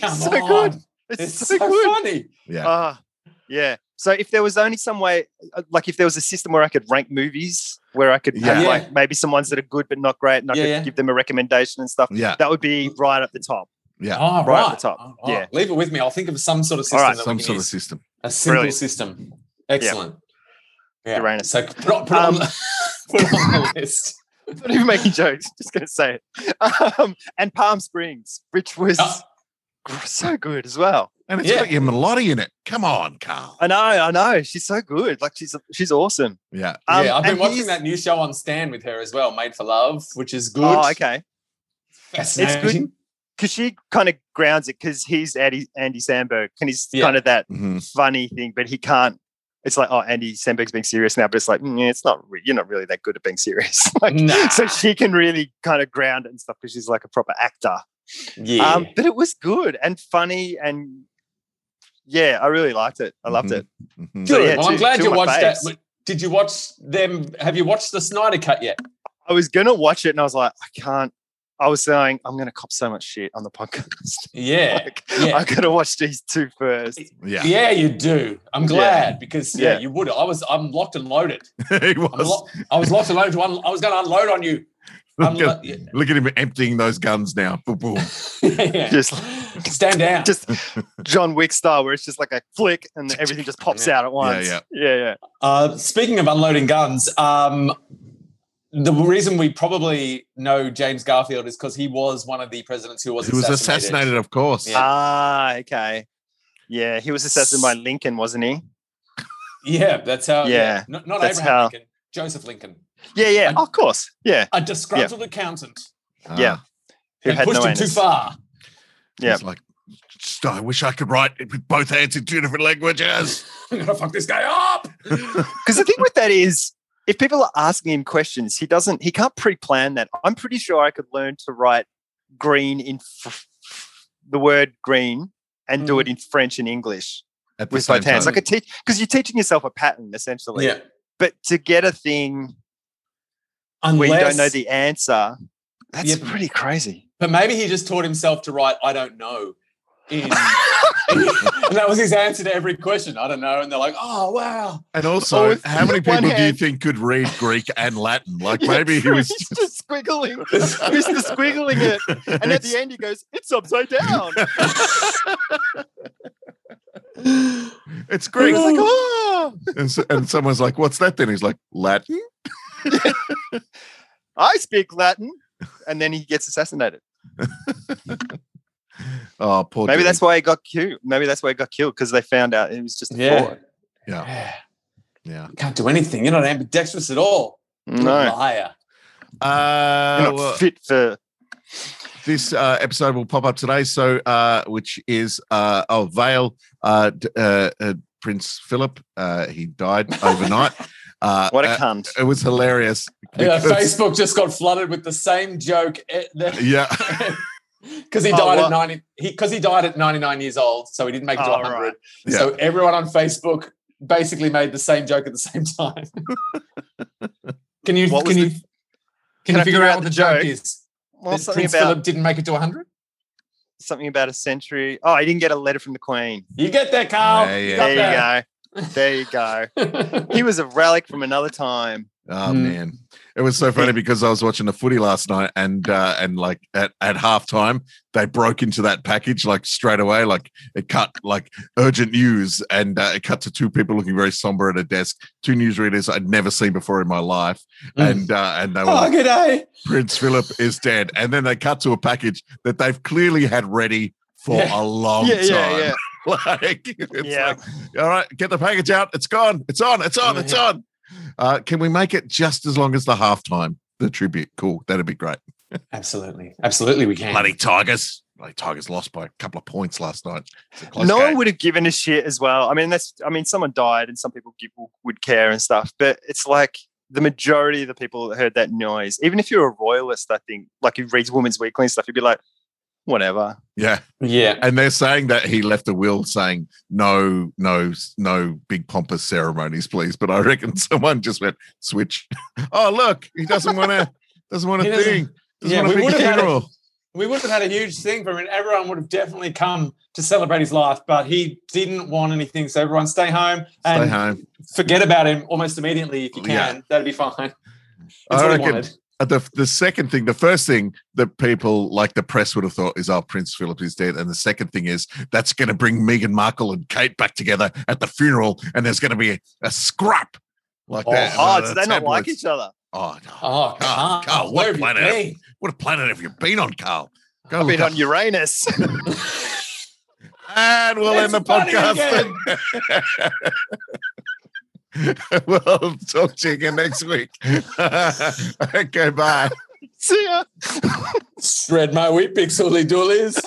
C: Come
D: So
C: on.
D: good. It's,
C: It's
D: so,
C: so
D: good.
C: funny.
A: Yeah.
D: Ah, yeah. So if there was only some way, uh, like if there was a system where I could rank movies, where I could have
A: Yeah.
C: Yeah.
D: like maybe some ones that are good but not great, and I
C: Yeah,
D: could
C: yeah.
D: give them a recommendation and stuff,
A: yeah.
D: that would be right at the top.
A: Yeah.
C: Oh,
D: Right at the top.
C: Oh, oh,
D: Yeah.
C: Leave it with me. I'll think of some sort of system.
D: All right.
C: that we
A: Some
C: can
A: sort of
C: use.
A: system.
C: A simple
D: Brilliant.
C: system. Excellent. Yeah.
D: Uranus.
C: So put, on- put, on,
D: Um,
C: the- put on the list.
D: Not even making jokes, just going to say it. Um, and Palm Springs, which was
C: Oh.
D: gr- so good as well.
A: And it's
C: Yeah.
A: got your Melotti in it. Come on, Carl.
D: I know, I know. She's so good. Like she's she's awesome.
A: Yeah.
D: Um,
C: yeah, I've been
D: and
C: watching
D: he's-
C: that new show on Stan with her as well, Made for Love, which is good.
D: Oh, okay.
C: Fascinating.
D: Because she kind of grounds it because he's Andy, Andy Sandberg and he's
C: Yeah.
D: kind of that
A: Mhm.
D: funny thing, but he can't. It's like, oh, Andy Sandberg's being serious now, but it's like, mm, yeah, it's not. Re- you're not really that good at being serious. like,
C: Nah.
D: So she can really kind of ground it and stuff because she's like a proper actor.
C: Yeah.
D: Um, but it was good and funny and yeah, I really liked it. I loved
C: Mm-hmm.
A: Mhm.
D: it.
A: Mhm.
C: good.
D: yeah,
C: well,
D: two-
C: I'm glad
D: two
C: you
D: of my
C: watched
D: faves.
C: that. Did you watch them? Have you watched the Snyder Cut yet?
D: I was gonna watch it and I was like, I can't. I was saying I'm gonna cop so much shit on the podcast.
C: Yeah.
D: like,
C: yeah.
D: I gotta watch these two first.
A: Yeah.
C: Yeah, you do. I'm glad because yeah,
D: Yeah.
C: you would. I was. I'm locked and loaded.
A: He
C: I'm
A: was.
C: lo- I was locked and loaded. To un- I was going to unload on you. I'm
A: look, at,
C: lo- yeah.
A: look at him emptying those guns now. Boom, boom.
C: yeah.
D: Just-
C: stand down.
D: Just John Wick style, where it's just like a flick and then everything just pops out at once.
A: yeah.
D: yeah, yeah.
C: Uh, speaking of unloading guns, um, the reason we probably know James Garfield is because he was one of the presidents who was
A: He was assassinated, of course.
C: Yeah.
D: Ah, okay. Yeah, he was assassinated by Lincoln, wasn't he?
C: Yeah, that's how.
D: Yeah,
C: Not, not
D: that's
C: Abraham
D: how-
C: Lincoln, Joseph Lincoln,
D: Yeah, yeah, oh,
C: And-
D: of course. Yeah,
C: a disgruntled accountant
A: Ah,
D: Uh, yeah. who
C: who
D: had
C: pushed
D: no
C: him
D: anus.
C: too far.
D: Yeah.
A: It's like, "Just- I wish I could write it with both hands in two different languages.
C: I'm gonna fuck this guy up.
D: Because the thing with that is, if people are asking him questions, he doesn't. He can't pre-plan that. I'm pretty sure I could learn to write green in f- the word green and
A: Mm.
D: do it in French and English
A: At the
D: with
A: same
D: both hands.
A: time.
D: Like a teach because you're teaching yourself a pattern essentially.
C: yeah,
D: But to get a thing where you don't know the answer, that's
C: Yeah.
D: pretty crazy.
C: But maybe he just taught himself to write "I don't know," in, and that was his answer to every question. I don't know, and they're like, "Oh wow,
A: And also,
D: with
A: how many
D: one
A: people do you
D: hand.
A: think could read Greek and Latin? Like
D: Yeah,
A: maybe he
D: true,
A: was
D: he's
A: just.
D: just squiggling. Mr. Squiggling it. And at the end, he goes, It's upside down.
A: it's
D: I
A: Greek.
D: was like, Oh,
A: and, so, and someone's like, "What's that?" Then he's like, "Latin."
D: I speak Latin. And then he gets assassinated.
A: Oh, poor.
D: Maybe
A: dude.
D: that's why he got killed. Maybe that's why he got killed because they found out it was just a fraud.
A: Yeah,
C: yeah,
A: yeah.
C: can't do anything. You're not ambidextrous at all. You're a
D: No,
C: liar."
A: Uh,
D: you're not
A: well,
D: fit for.
A: this uh, episode will pop up today, so uh, which is uh, oh Vale uh, d- uh, uh, Prince Philip. Uh, he died overnight. Uh,
D: What a
A: uh,
D: cunt.
A: it was hilarious.
C: Yeah,
A: because-
C: Facebook just got flooded with the same joke because
A: yeah.
C: he
D: Oh,
C: died
D: what?
C: at ninety. Because he, died at ninety nine years old, so he didn't make it to
D: Oh,
C: one hundred.
D: right.
A: Yeah.
C: So everyone on Facebook basically made the same joke at the same time. can you
D: What was
C: can you
D: the-
C: can, you figure out what the joke, is?
D: Well,
C: That
D: something
C: Prince
D: about
C: Philip didn't make it to 100.
D: something about a century. Oh, he didn't get a letter from the Queen.
C: You get there, Carl.
A: Yeah, yeah.
D: There you
C: got
D: go. There you go.
C: there.
D: He was a relic from another time.
A: Oh
C: Mm.
A: man, it was so funny because I was watching the footy last night, and uh, and like at at halftime they broke into that package like straight away, like it cut like urgent news, and uh, it cut to two people looking very somber at a desk, two newsreaders I'd never seen before in my life,
C: Mm.
A: and uh, and they were
C: oh,
A: like,
C: good day.
A: Prince Philip is dead, and then they cut to a package that they've clearly had ready for
C: Yeah.
A: a long
D: yeah, yeah,
A: time.
D: yeah.
A: Like, it's
D: Yeah.
A: like, all right, get the package out. It's gone. It's on. It's on. It's
C: Yeah.
A: on. Uh, can we make it just as long as the halftime, the tribute? Cool. That'd be great.
C: Absolutely. Absolutely, we can.
A: Bloody Tigers. Bloody Tigers lost by a couple of points last night. It's a close
D: no one
A: game.
D: would have given a shit as well. I mean, that's I mean, someone died and some people give, would care and stuff, but it's like the majority of the people that heard that noise, even if you're a royalist, I think, like who reads Women's Weekly and stuff, you'd be like, whatever.
A: Yeah.
C: Yeah.
A: And they're saying that he left a will saying no, no, no big pompous ceremonies, please. But I reckon someone just went switch. oh, look, he doesn't want to, doesn't want
C: He
A: a
C: doesn't-
A: thing. Doesn't
C: Yeah,
A: want
C: we
A: a big
C: would've had a-
A: funeral.
C: We would have had a huge thing from it. Everyone would have definitely come to celebrate his life, but he didn't want anything. So everyone stay home and
A: Stay home.
C: forget about him almost immediately if you can.
A: Yeah.
C: That'd be fine. That's
A: I
C: what he
A: reckon
C: wanted.
A: Uh, the the second thing, the first thing that people like the press would have thought is, "Oh, Prince Philip is dead," and the second thing is that's going to bring Meghan Markle and Kate back together at the funeral, and there's going to be a, a scrap like
C: Oh,
A: that.
D: Oh,
A: And, uh,
D: do
A: the
D: they not like
A: tabloids-
D: each other?
A: Oh, no.
C: Oh,
A: Carl,
C: Carl,
A: Carl, what
C: where have you
A: planet?
C: been?
A: what planet have you been on, Carl? Go
D: I've
A: look
D: been
A: up.
D: on Uranus.
A: and we'll end
C: It's
A: the
C: funny
A: podcast. then. we'll talk to you again next week. okay, bye.
D: See ya.
C: Shred my wheat pixely doolies.